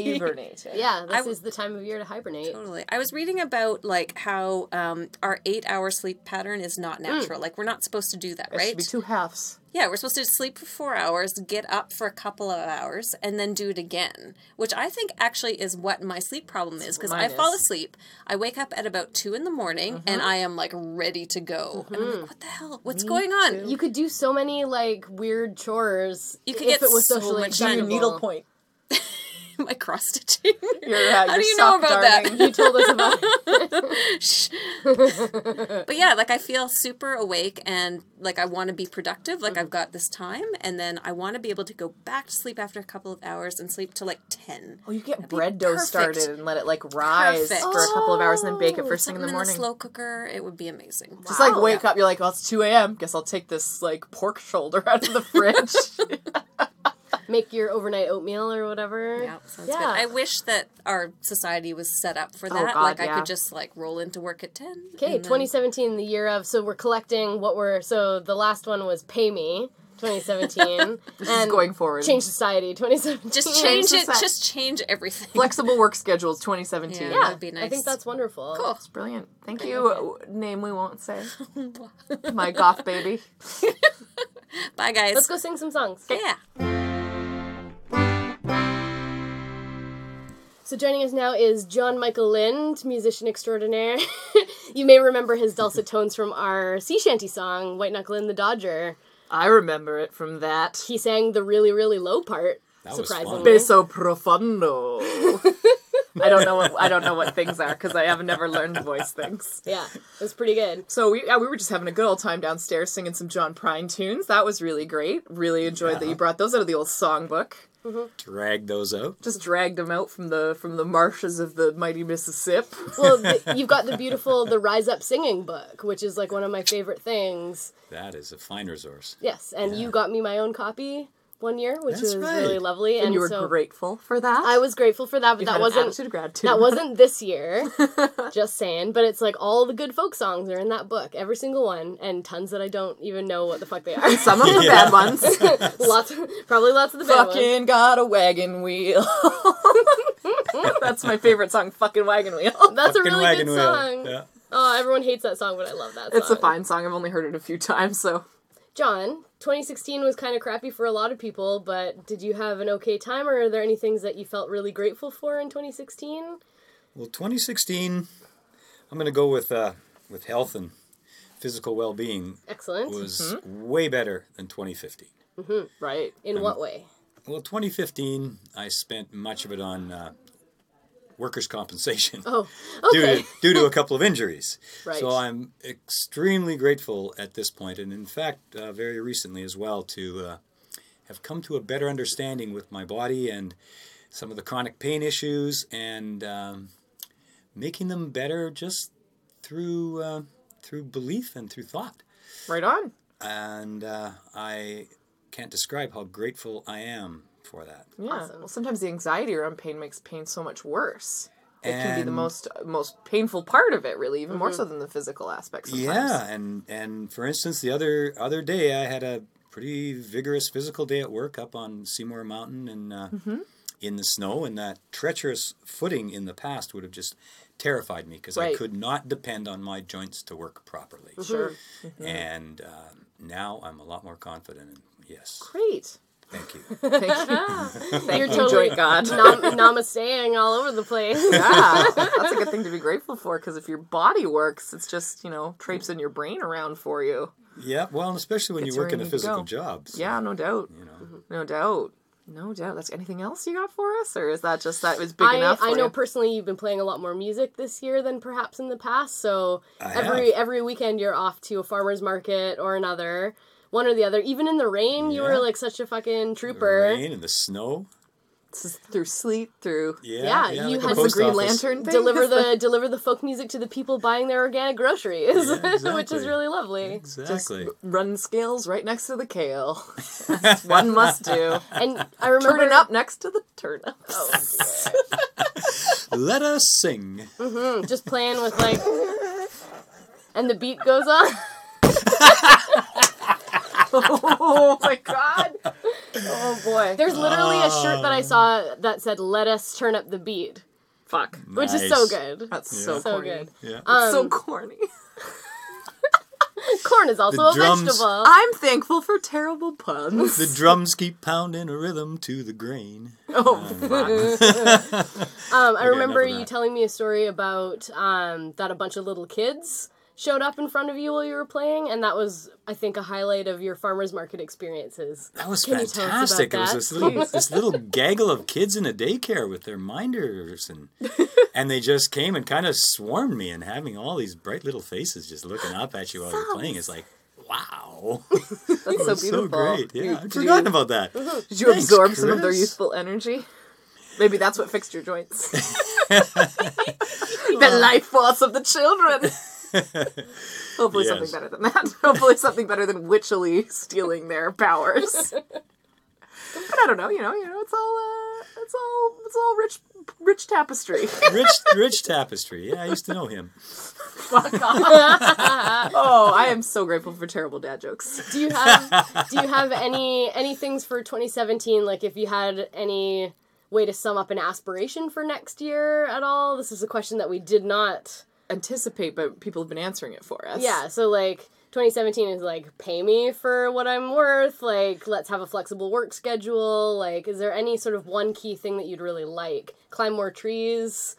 Speaker 2: hibernating.
Speaker 3: Yeah, this is the time of year to hibernate.
Speaker 5: Totally. I was reading about like how um, our eight-hour sleep pattern is not natural. Like we're not supposed to do that,
Speaker 2: Mm. It
Speaker 5: right?
Speaker 2: should be two halves.
Speaker 5: yeah, we're supposed to sleep for four hours, get up for a couple of hours, and then do it again. Which I think actually is what my sleep problem is because I
Speaker 2: mine
Speaker 5: fall
Speaker 2: is.
Speaker 5: asleep. I wake up at about two in the morning and
Speaker 2: Mm-hmm.
Speaker 5: I am like ready to go. And I'm like, what the hell? What's going on?
Speaker 3: You could do so many like weird chores.
Speaker 5: You could
Speaker 3: if
Speaker 5: get
Speaker 3: it was
Speaker 5: so
Speaker 3: socially
Speaker 5: much
Speaker 2: Do
Speaker 5: done.
Speaker 2: your
Speaker 3: acceptable.
Speaker 2: needlepoint.
Speaker 5: <laughs> my
Speaker 2: <laughs>
Speaker 5: cross stitching.
Speaker 2: Your, uh,
Speaker 5: How
Speaker 2: your
Speaker 5: do you
Speaker 2: sock
Speaker 5: know about
Speaker 2: darning.
Speaker 5: <laughs> that?
Speaker 3: You told us about
Speaker 5: Shh. but yeah, like I feel super awake and like I want to be productive. Like
Speaker 2: Mm-hmm.
Speaker 5: I've got this time, and then I want to be able to go back to sleep after a couple of hours and sleep till like ten.
Speaker 2: Oh, you get
Speaker 5: be
Speaker 2: bread dough
Speaker 5: perfect.
Speaker 2: started and let it like rise
Speaker 5: Perfect. Oh,
Speaker 2: for a couple of hours and then bake it first thing in
Speaker 5: Something
Speaker 2: the morning.
Speaker 5: slow cooker, it would be amazing.
Speaker 2: Just like wake up, you're like, well, it's two a.m. Guess I'll take this like pork shoulder <laughs> out of the
Speaker 5: <laughs>
Speaker 2: fridge.
Speaker 3: make your overnight oatmeal or whatever.
Speaker 5: Yeah, sounds good. I wish that our society was set up for that.
Speaker 2: God,
Speaker 5: like I
Speaker 2: yeah.
Speaker 5: could just like roll into work at ten. uh,
Speaker 3: Okay, 2017, the year of. So we're collecting what we're. So the last one was Pay Me,
Speaker 5: <laughs>
Speaker 3: 2017. and
Speaker 2: going forward.
Speaker 3: Change Society, 2017. <laughs>
Speaker 5: Just change it.
Speaker 2: society.
Speaker 5: Just change everything.
Speaker 2: Flexible work schedules, 2017.
Speaker 5: Yeah.
Speaker 3: Yeah,
Speaker 5: That'd be
Speaker 3: I
Speaker 5: nice.
Speaker 3: think that's wonderful.
Speaker 5: Cool.
Speaker 2: It's brilliant. Thank you. uh, Name we won't <laughs> say. My goth baby.
Speaker 5: <laughs> Bye, guys.
Speaker 3: Let's go sing some songs.
Speaker 5: Yeah.
Speaker 3: So joining us now is John Michael Lind, musician extraordinaire. <laughs> you may remember his dulcet tones from our sea shanty song, White Knuckle and the Dodger.
Speaker 2: I remember it from that.
Speaker 3: He sang the really, really low part,
Speaker 6: That was fun.
Speaker 3: surprisingly.
Speaker 2: Beso <laughs> profundo. I don't know what I don't know what things are because I have never learned voice things.
Speaker 3: Yeah, it was pretty good.
Speaker 2: So we yeah, we were just having a good old time downstairs singing some John Prine tunes. That was really great. Really enjoyed that you brought those out of the old songbook.
Speaker 6: Drag those out.
Speaker 2: Just dragged them out from the from the marshes of the mighty Mississippi.
Speaker 3: Well, the, you've got the beautiful The Rise Up Singing book, which is like one of my favorite things.
Speaker 6: That is a fine resource.
Speaker 3: Yes, and you got me my own copy one year, which
Speaker 6: That's
Speaker 3: was
Speaker 6: right.
Speaker 3: really lovely. And,
Speaker 2: And you were
Speaker 3: so
Speaker 2: grateful for that.
Speaker 3: I was grateful for that, but
Speaker 2: You had
Speaker 3: that
Speaker 2: an
Speaker 3: wasn't
Speaker 2: attitude of gratitude. <laughs>
Speaker 3: that wasn't this year. just saying, but it's like all the good folk songs are in that book, every single one, and tons that I don't even know what the fuck they are.
Speaker 2: some of the bad ones.
Speaker 3: <laughs> lots, of, probably lots of the bad ones.
Speaker 2: fucking got a wagon wheel. <laughs> That's my favorite song, fucking wagon wheel.
Speaker 3: That's a
Speaker 6: Fucking
Speaker 3: really good
Speaker 6: wagon wheel.
Speaker 3: song.
Speaker 6: Yeah.
Speaker 3: Oh, everyone hates that song, but I love that. Song.
Speaker 2: <laughs> It's a fine song. I've only heard it a few times, so
Speaker 3: John, 2016 was kind of crappy for a lot of people, but did you have an okay time or are there any things that you felt really grateful for in 2016?
Speaker 6: Well, 2016, I'm going to go with uh, with health and physical well-being
Speaker 3: Excellent.
Speaker 6: was way better than 2015.
Speaker 2: right.
Speaker 3: in what way?
Speaker 6: Well, 2015, I spent much of it on uh,
Speaker 3: <laughs>
Speaker 6: workers' compensation
Speaker 3: Oh,
Speaker 6: due,
Speaker 3: okay.
Speaker 6: to, due to a couple of injuries.
Speaker 2: Right.
Speaker 6: So I'm extremely grateful at this point, and in fact, uh, very recently as well, to uh, have come to a better understanding with my body and some of the chronic pain issues and um, making them better just through uh, through belief and through thought
Speaker 2: Right on.
Speaker 6: and uh, I can't describe how grateful I am for that.
Speaker 2: Yeah. Well, sometimes the anxiety around pain makes pain so much worse. It can be the
Speaker 6: And-
Speaker 2: most most painful part of it, really, even more so than the physical aspect. Sometimes.
Speaker 6: Yeah, and and for instance, the other other day I had a pretty vigorous physical day at work up on Seymour Mountain and uh,
Speaker 2: Mm-hmm.
Speaker 6: in the snow, and that treacherous footing in the past would have just terrified me because
Speaker 2: Right.
Speaker 6: I could not depend on my joints to work properly.
Speaker 2: Sure.
Speaker 6: And uh, now I'm a lot more confident. And yes,
Speaker 2: Great.
Speaker 6: Thank
Speaker 2: <laughs>
Speaker 6: you.
Speaker 2: Thank you. Thank
Speaker 3: You're
Speaker 2: you,
Speaker 3: totally
Speaker 2: Joy God. <laughs>
Speaker 3: Nam- namasteing all over the
Speaker 6: <laughs>
Speaker 3: place.
Speaker 2: yeah, <laughs> that's a good thing to be grateful for because if your body works, it's just, you know, traipsing your brain around for you.
Speaker 6: yeah, well, and especially when
Speaker 2: Gets
Speaker 6: you
Speaker 2: where
Speaker 6: work
Speaker 2: you
Speaker 6: in a
Speaker 2: need to go.
Speaker 6: physical job. so,
Speaker 2: Yeah, no doubt.
Speaker 6: You know,
Speaker 2: No doubt. No doubt. That's anything else you got for us? Or is that just that was big
Speaker 3: I,
Speaker 2: enough?
Speaker 3: I
Speaker 2: for
Speaker 3: know
Speaker 2: you?
Speaker 3: personally you've been playing a lot more music this year than perhaps in the past. So
Speaker 6: I
Speaker 3: every
Speaker 6: have.
Speaker 3: every weekend you're off to a farmer's market or another, one or the other. Even in the rain, you were
Speaker 6: Yeah.
Speaker 3: like such a fucking
Speaker 6: the
Speaker 3: trooper.
Speaker 6: rain and the snow.
Speaker 2: This is through sleep, through
Speaker 3: Yeah,
Speaker 6: Yeah,
Speaker 3: you
Speaker 6: like a
Speaker 3: had
Speaker 2: the
Speaker 3: the
Speaker 6: post
Speaker 2: Green
Speaker 6: office.
Speaker 2: Lantern thing.
Speaker 3: Deliver
Speaker 2: It's like-
Speaker 3: the deliver the folk music to the people buying their organic groceries, <laughs>
Speaker 6: Yeah,
Speaker 3: which is
Speaker 6: exactly.
Speaker 3: really lovely.
Speaker 6: Exactly.
Speaker 2: run scales right next to the
Speaker 6: <laughs>
Speaker 2: kale. That's one must do.
Speaker 3: And I remember
Speaker 2: Turning up next to the turnip.
Speaker 6: Let us sing.
Speaker 3: just playing with like, and the beat goes on.
Speaker 2: <laughs>
Speaker 3: <laughs>
Speaker 2: oh my god. Oh boy.
Speaker 3: There's literally a shirt
Speaker 6: Um.
Speaker 3: that I saw that said "Let us turn up the beat,"
Speaker 2: Fuck.
Speaker 3: which is so
Speaker 6: Nice.
Speaker 3: good.
Speaker 2: That's so, Um,
Speaker 3: so
Speaker 2: corny.
Speaker 3: good.
Speaker 6: Yeah.
Speaker 2: so corny.
Speaker 3: Corn is also
Speaker 6: The
Speaker 3: a
Speaker 6: drums-
Speaker 3: vegetable.
Speaker 2: I'm thankful for terrible
Speaker 6: <laughs>
Speaker 2: puns.
Speaker 6: the drums keep pounding a rhythm to the grain.
Speaker 2: oh fuck.
Speaker 3: Um, I remember
Speaker 6: enough of
Speaker 3: you
Speaker 6: that.
Speaker 3: telling me a story about um, that a bunch of little kids showed up in front of you while you were playing, and that was, I think, a highlight of your farmers market experiences.
Speaker 6: That was
Speaker 3: Can you tell us
Speaker 6: fantastic. It
Speaker 3: about
Speaker 6: was
Speaker 3: that?
Speaker 6: this little, this little gaggle of kids in a daycare with their minders, and and they just came and kind of swarmed me, and having all these bright little faces just looking up at you while you're playing is like, wow, <laughs>
Speaker 2: That's so
Speaker 6: that's so
Speaker 2: beautiful.
Speaker 6: great.
Speaker 2: You-
Speaker 6: Yeah, I'd
Speaker 2: did
Speaker 6: forgotten
Speaker 2: you-
Speaker 6: about that.
Speaker 2: <laughs> Did you absorb some of their
Speaker 6: Chris.
Speaker 2: youthful energy? Maybe that's what fixed your
Speaker 6: <laughs>
Speaker 2: joints. the life force of the
Speaker 6: <laughs>
Speaker 2: children. Hopefully something
Speaker 6: Yes.
Speaker 2: better than that. <laughs> Hopefully something better than witchily stealing their
Speaker 6: <laughs>
Speaker 2: powers. but I don't know. You know. You know. It's all. Uh, it's all. It's all rich. Rich
Speaker 6: <laughs>
Speaker 2: tapestry.
Speaker 6: Rich, rich tapestry. Yeah, I used to know him.
Speaker 2: oh, I am so grateful for terrible dad jokes.
Speaker 3: Do you
Speaker 6: <laughs>
Speaker 3: have Do you have any any things for 2017? Like, if you had any way to sum up an aspiration for next year at all? This is a question that we did not.
Speaker 2: Anticipate, but people have been answering it for us.
Speaker 3: Yeah, so like 2017 is like pay me for what I'm worth, like let's have a flexible work schedule, like is there any sort of one key thing that you'd really like? Climb more trees.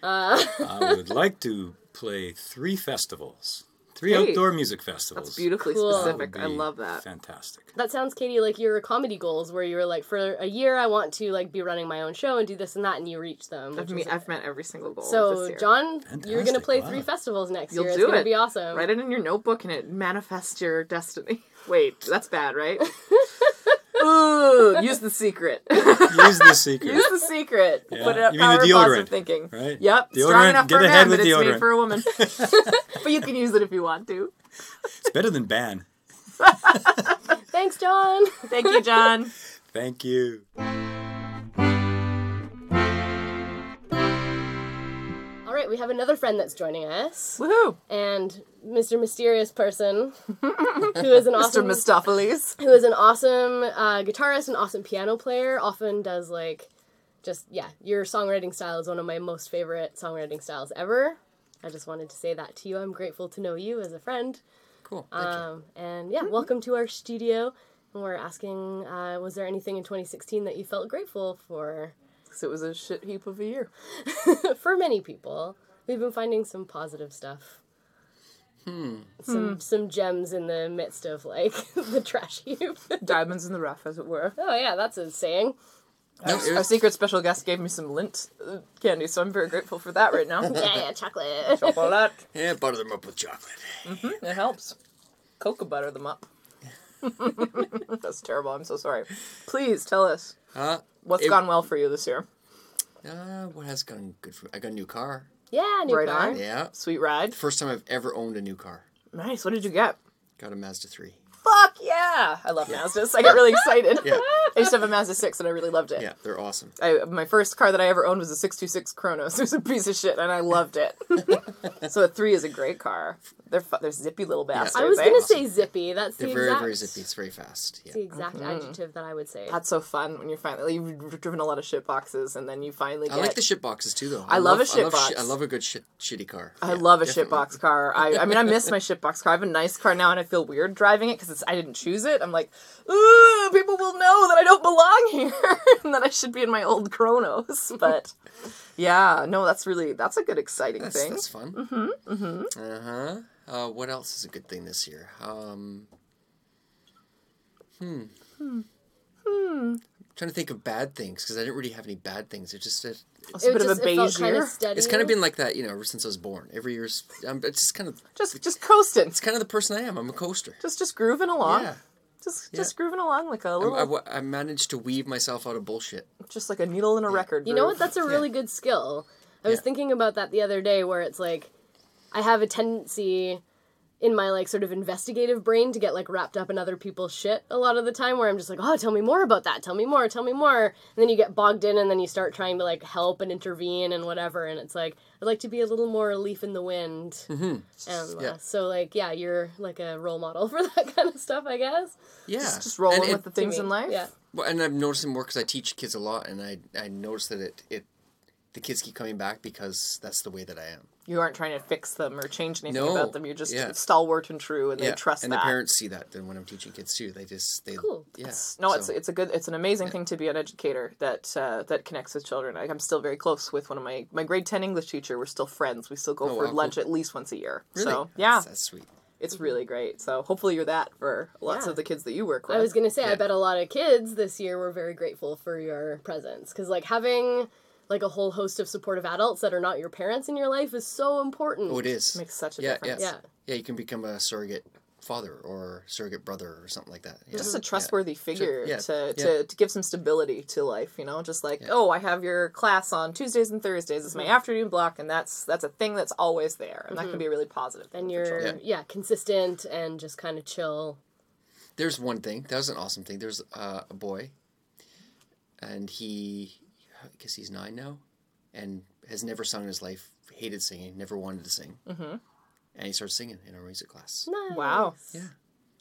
Speaker 6: I would like to play three festivals, three
Speaker 2: Hey,
Speaker 6: outdoor music festivals.
Speaker 2: It's beautifully
Speaker 3: Cool.
Speaker 6: That would
Speaker 2: specific. I
Speaker 6: be
Speaker 2: love that.
Speaker 6: Fantastic.
Speaker 3: That sounds Katie like your comedy goals where you were like for a year I want to like be running my own show and do this and that and you reach them.
Speaker 2: I've,
Speaker 3: which
Speaker 2: me-
Speaker 3: is-
Speaker 2: I've met every single goal. this
Speaker 3: so
Speaker 2: year.
Speaker 3: John, you're going to
Speaker 6: Fantastic,
Speaker 3: play
Speaker 6: wow.
Speaker 3: three festivals next
Speaker 2: You'll
Speaker 3: year.
Speaker 2: do
Speaker 3: it's going
Speaker 2: it.
Speaker 3: to be awesome.
Speaker 2: Write it in your notebook and it manifests your destiny. <laughs> Wait, that's bad, <laughs> right? Ooh, use the secret. <laughs> use
Speaker 6: Use the secret.
Speaker 2: the secret. Put it up.
Speaker 6: You mean the
Speaker 2: power of positive
Speaker 6: deodorant,
Speaker 2: thinking.
Speaker 6: right?
Speaker 2: Yep. Strong
Speaker 6: Deodorant,
Speaker 2: enough
Speaker 6: get
Speaker 2: for a
Speaker 6: ahead
Speaker 2: man,
Speaker 6: with
Speaker 2: but it's made
Speaker 6: deodorant.
Speaker 2: for a
Speaker 6: <laughs>
Speaker 2: woman. <laughs> but you can use it if you want to.
Speaker 6: It's better than ban.
Speaker 3: Thanks John. <laughs>
Speaker 2: Thank you, <laughs> John.
Speaker 6: Thank you.
Speaker 3: All right, we have another friend that's joining us
Speaker 2: Woohoo,
Speaker 3: and Mr. Mysterious
Speaker 2: <laughs>
Speaker 3: person who is an
Speaker 2: Mr.
Speaker 3: awesome
Speaker 2: Mistopheles.
Speaker 3: who is an awesome uh, guitarist and awesome piano player. Often does like, just yeah, your songwriting style is one of my most favorite songwriting styles ever. I just wanted to say that to you. I'm grateful to know you as a friend.
Speaker 4: Cool.
Speaker 3: Um, and yeah, welcome to our studio. And we're asking, uh, was there anything in 2016 that you felt grateful for?
Speaker 2: 'Cause <laughs> It was a shit heap of a year.
Speaker 3: for many people, we've been finding some positive stuff. Hmm. Some some gems in the midst of like <laughs> the trash heap. <laughs>
Speaker 2: Diamonds in the rough, as it were.
Speaker 3: oh yeah, that's a saying.
Speaker 4: No, it
Speaker 2: Our
Speaker 4: was-
Speaker 2: secret special guest gave me some lint uh, candy, so I'm very grateful for that right <laughs> now.
Speaker 3: Yeah, yeah, chocolate. <laughs>
Speaker 2: Chocolate.
Speaker 6: Yeah, butter them up with chocolate.
Speaker 2: It helps. Cocoa butter them up. <laughs> That's terrible. I'm so sorry. Please tell us
Speaker 7: Uh,
Speaker 2: what's
Speaker 7: It-
Speaker 2: gone well for you this year.
Speaker 7: uh, what has gone good for me? I got a new car.
Speaker 3: Yeah, new
Speaker 2: Right
Speaker 3: car.
Speaker 2: on.
Speaker 7: Yeah.
Speaker 2: Sweet ride.
Speaker 7: First time I've ever owned a new car.
Speaker 2: Nice. What did you get?
Speaker 7: Got a Mazda 3.
Speaker 2: Fuck yeah! I love Mazdas. I get really excited.
Speaker 7: Yeah.
Speaker 2: I used to have a Mazda 6 and I really loved it.
Speaker 7: Yeah, they're awesome.
Speaker 2: I, my first car that I ever owned was a 626 Kronos. <laughs> It was a piece of shit and I loved <laughs> it. so a 3 is a great car. They're, fu- they're zippy little bastards.
Speaker 3: I was
Speaker 2: eh?
Speaker 3: gonna say zippy. That's the
Speaker 7: They're
Speaker 3: exact,
Speaker 7: very, very zippy. It's very fast.
Speaker 3: The
Speaker 7: Yeah.
Speaker 3: exact
Speaker 2: Mm-hmm.
Speaker 3: adjective that I would say.
Speaker 2: That's so fun when you're finally, you've driven a lot of shit boxes and then you finally get.
Speaker 7: I like the shit boxes too, though.
Speaker 2: I love a
Speaker 7: I
Speaker 2: shit
Speaker 7: love,
Speaker 2: box.
Speaker 7: shi- I love a good shit, shitty car.
Speaker 2: I love a shitbox car. I, I mean, I miss my shitbox car. I have a nice car now, and I feel weird driving it because it's I didn't choose it. I'm like, ooh, people will know that I don't belong <laughs> here and that I should be in my old Kronos. <laughs> But yeah, no, that's really that's a good exciting
Speaker 7: That's,
Speaker 2: thing.
Speaker 7: that's fun. Mm-hmm. Mm-hmm. Uh-huh. Uh, what else is a good thing this year? Um, hmm. Hmm.
Speaker 2: Hmm.
Speaker 7: I'm trying to think of bad things because I didn't really have any bad things. It just it,
Speaker 2: It's a bit of a beige year.
Speaker 7: it's kind of been like that, you know, ever since I was born. Every year's I'm it's just kind of
Speaker 2: Just just coasting.
Speaker 7: it's kind of the person I am. I'm a coaster.
Speaker 2: Just just grooving along.
Speaker 7: Yeah. uh,
Speaker 2: Just just grooving along like a
Speaker 7: I'm-
Speaker 2: little
Speaker 7: I, wa- I managed to weave myself out of bullshit.
Speaker 2: just like a needle in a record.
Speaker 3: You know what?
Speaker 2: groove.
Speaker 3: That's a really good skill. I was
Speaker 7: Yeah.
Speaker 3: thinking about that the other day where it's like I have a tendency in my like sort of investigative brain to get like wrapped up in other people's shit a lot of the time where I'm just like, "Oh, tell me more about that. Tell me more. Tell me more." And then you get bogged in and then you start trying to like help and intervene and whatever and it's like I'd like to be a little more a leaf in the wind. Mm-hmm. And uh,
Speaker 7: Yeah.
Speaker 3: so like yeah, you're like a role model <laughs> for that kind of stuff, I guess.
Speaker 7: Yeah.
Speaker 2: just, just rolling
Speaker 7: And it-
Speaker 2: with the things
Speaker 3: me.
Speaker 2: in life.
Speaker 3: Yeah.
Speaker 7: Well, and I'm noticing more because I teach kids a lot, and I I notice that it it the kids keep coming back because that's the way that I am.
Speaker 2: You aren't trying to fix them or change anything
Speaker 7: No.
Speaker 2: about them. You're just
Speaker 7: Yeah.
Speaker 2: stalwart and true, and they trust
Speaker 7: and
Speaker 2: that.
Speaker 7: the parents see that. Then when I'm teaching kids too, they just they
Speaker 3: Cool.
Speaker 7: yeah.
Speaker 2: no, it's
Speaker 7: so-
Speaker 2: it's a good, it's an amazing thing to be an educator that uh, that connects with children. Like, I'm still very close with one of my my grade ten English teacher. We're still friends. We still go for
Speaker 7: Oh, wow, cool.
Speaker 2: lunch at least once a year.
Speaker 7: really?
Speaker 2: So yeah,
Speaker 7: That's- that's sweet.
Speaker 2: it's really great. So hopefully you're that for lots
Speaker 3: Yeah.
Speaker 2: of the kids that you work with.
Speaker 3: I was gonna say, I bet a lot of kids this year were very grateful for your presence because, like, having like a whole host of supportive adults that are not your parents in your life is so important.
Speaker 7: Oh, it is.
Speaker 2: makes such a
Speaker 7: yeah,
Speaker 2: difference.
Speaker 7: Yeah.
Speaker 3: Yeah.
Speaker 7: yeah, you can become a surrogate father or surrogate brother or something like that. Yeah.
Speaker 2: just a trustworthy figure
Speaker 7: yeah,
Speaker 2: to,
Speaker 7: yeah.
Speaker 2: to to give some stability to life you know just like oh i have your class on tuesdays and thursdays it's my
Speaker 3: Mm-hmm.
Speaker 2: afternoon block and that's that's a thing that's always there and that can be a really positive thing
Speaker 3: and
Speaker 2: for
Speaker 3: you're yeah.
Speaker 2: children.
Speaker 3: consistent and just kind of chill.
Speaker 7: There's one thing. That was an awesome thing. There's uh, a boy, and he, I guess he's nine now, and has never sung in his life. Hated singing. Never wanted to sing. Mm-hmm. And he started singing in our music class
Speaker 3: Nice.
Speaker 2: wow
Speaker 7: Yeah.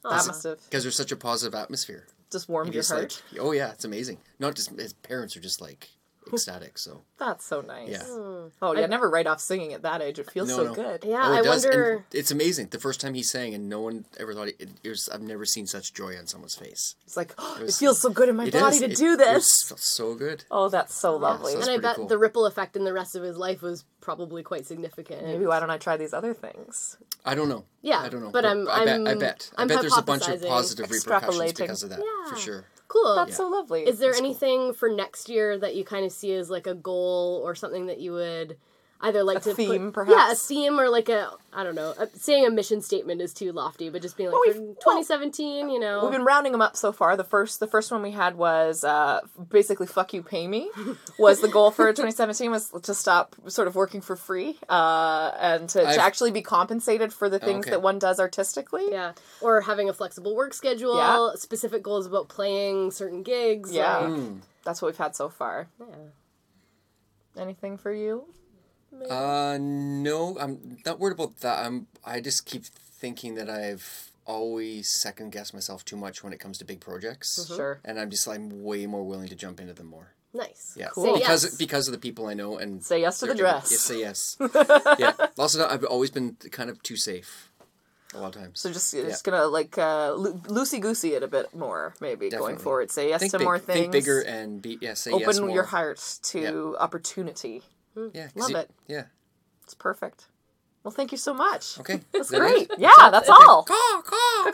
Speaker 2: that must have
Speaker 7: because there's such a positive atmosphere.
Speaker 2: just warmed
Speaker 7: And
Speaker 2: your
Speaker 7: he's
Speaker 2: heart
Speaker 7: like, oh yeah, it's amazing. Not just his parents are just like ecstatic. So
Speaker 2: that's so nice
Speaker 7: yeah.
Speaker 2: oh yeah never write off singing at that age it feels
Speaker 7: No,
Speaker 2: so
Speaker 7: no.
Speaker 2: good
Speaker 3: Yeah,
Speaker 7: oh, it
Speaker 3: I
Speaker 7: does. And
Speaker 3: wonder.
Speaker 7: it's amazing. The first time he sang, and no one ever thought it, it, was. I've never seen such joy on someone's face.
Speaker 2: it's like oh, it, feels so good in my
Speaker 7: It
Speaker 2: body
Speaker 7: is.
Speaker 2: to
Speaker 7: It-
Speaker 2: do
Speaker 7: it was
Speaker 2: this
Speaker 7: so- so good.
Speaker 2: oh that's so lovely
Speaker 7: so-
Speaker 3: And I
Speaker 7: pretty
Speaker 3: bet
Speaker 7: cool.
Speaker 3: the ripple effect in the rest of his life was probably quite significant.
Speaker 2: maybe why don't i try these other things
Speaker 7: I don't know.
Speaker 3: Yeah,
Speaker 7: I don't know.
Speaker 3: but I'm-
Speaker 7: I bet. I
Speaker 3: I'm-
Speaker 7: bet. I
Speaker 3: I'm
Speaker 7: bet there's a bunch of
Speaker 3: hypothesizing.
Speaker 7: positive repercussions
Speaker 2: Extrapolating.
Speaker 7: because of that for sure.
Speaker 3: Cool.
Speaker 2: that's so lovely
Speaker 3: Is there anything for next year that you kind of see as like a goal or something that you would either like to put-
Speaker 2: theme,
Speaker 3: Yeah, a
Speaker 2: perhaps?
Speaker 3: theme or like a I don't know. A, saying a mission statement is too lofty, but just being like
Speaker 2: Well,
Speaker 3: for
Speaker 2: we've- well,
Speaker 3: 2017, you know.
Speaker 2: We've been rounding them up so far. The first, the first one we had was uh, basically "fuck you, pay <laughs> me." Was the goal for 2017 was to stop sort of working for free uh, and to,
Speaker 7: I've- Oh,
Speaker 2: to actually be compensated for the things
Speaker 7: okay.
Speaker 2: that one does artistically.
Speaker 3: yeah, or having a flexible work schedule.
Speaker 2: Yeah.
Speaker 3: Specific goals about playing certain gigs.
Speaker 2: Yeah. Mm.
Speaker 3: like-
Speaker 7: Hmm.
Speaker 2: That's what we've had so far. Anything for you?
Speaker 7: Uh, no, I'm not worried about that. I'm. I just keep thinking that I've always second guessed myself too much when it comes to big projects.
Speaker 2: Sure.
Speaker 7: And I'm just like way more willing to jump into them more.
Speaker 3: nice.
Speaker 7: Yeah,
Speaker 3: Say
Speaker 7: because
Speaker 3: yes.
Speaker 7: because of the people I know and
Speaker 2: Say yes to the
Speaker 7: they're doing-
Speaker 2: dress.
Speaker 7: Yes,
Speaker 2: <laughs>
Speaker 7: say yes. yeah. Also, I've always been kind of too safe. A lot of times.
Speaker 2: So just just gonna like uh, loosey goosey it a bit more, maybe going
Speaker 7: Definitely.
Speaker 2: forward. Say yes
Speaker 7: think
Speaker 2: to
Speaker 7: big,
Speaker 2: more things.
Speaker 7: Think bigger and be yeah. Say
Speaker 2: Open
Speaker 7: yes more.
Speaker 2: your heart to opportunity.
Speaker 7: Yeah, 'cause
Speaker 2: Love
Speaker 7: you-
Speaker 2: it.
Speaker 7: Yeah.
Speaker 2: It's perfect. Well, thank you so much.
Speaker 7: Okay.
Speaker 2: That's
Speaker 7: is that
Speaker 2: great.
Speaker 7: it?
Speaker 2: Yeah, that's all.
Speaker 7: Caw, caw.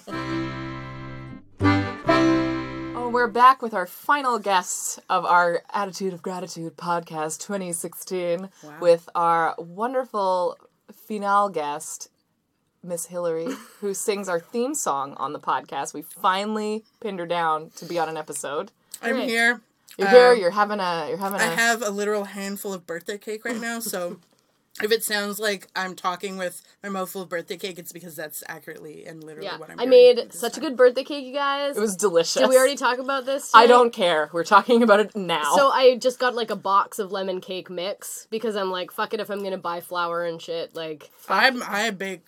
Speaker 2: Caw. <laughs> oh, we're back with our final guest of our Attitude of Gratitude podcast 2016 with our wonderful finale guest, Miss Hillary, who sings our theme song on the podcast. We finally pinned her down to be on an episode.
Speaker 8: I'm here.
Speaker 2: You're here. You're having a. You're having a.
Speaker 8: I have a literal handful of birthday cake right now, so if it sounds like I'm talking with my mouth full of birthday cake, it's because that's accurately and literally
Speaker 3: Yeah.
Speaker 8: what I'm
Speaker 3: I
Speaker 8: doing
Speaker 3: made
Speaker 8: at this
Speaker 3: such a
Speaker 8: time.
Speaker 3: good birthday cake, you guys.
Speaker 2: it was delicious.
Speaker 3: Did we already talk about this?
Speaker 2: I
Speaker 3: tonight?
Speaker 2: don't care. We're talking about it now.
Speaker 3: So I just got like a box of lemon cake mix because I'm like, fuck it if I'm gonna buy flour and shit. Like,
Speaker 8: I'm I bake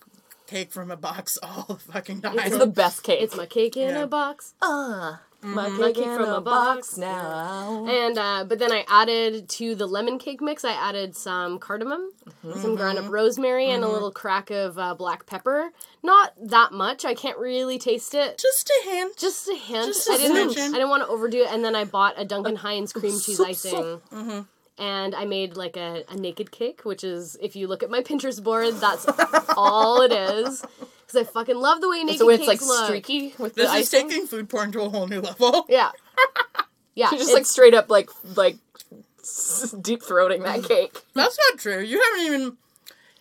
Speaker 8: cake from a box <laughs> all the fucking time.
Speaker 2: it's the best cake.
Speaker 3: it's my cake in
Speaker 8: Yeah.
Speaker 3: a box. Mm-hmm.
Speaker 2: Uh, My
Speaker 3: My
Speaker 2: cake from a box now.
Speaker 3: And uh, but then I added to the lemon cake mix. I added some cardamom,
Speaker 2: Mm-hmm.
Speaker 3: some ground up rosemary, and a little crack of uh, black pepper. Not that much. I can't really taste it.
Speaker 8: Just a hint.
Speaker 3: Just a hint.
Speaker 8: Just a
Speaker 3: I didn't.
Speaker 8: smidgen.
Speaker 3: I didn't want to overdo it. And then I bought a Duncan Hines cream cheese
Speaker 2: so-
Speaker 3: icing. Mm-hmm.
Speaker 2: so-
Speaker 3: And I made like a, a naked cake, which is if you look at my Pinterest board, that's <laughs> all it is. Because I fucking love the way naked
Speaker 2: So it's like
Speaker 3: cakes look.
Speaker 2: streaky with the
Speaker 8: This is
Speaker 2: icing.
Speaker 8: taking food porn to a whole new level.
Speaker 3: Yeah,
Speaker 2: <laughs>
Speaker 3: yeah.
Speaker 2: You're just like
Speaker 3: it's-
Speaker 2: straight up like like deep throating <laughs> that cake.
Speaker 8: That's not true. You haven't even.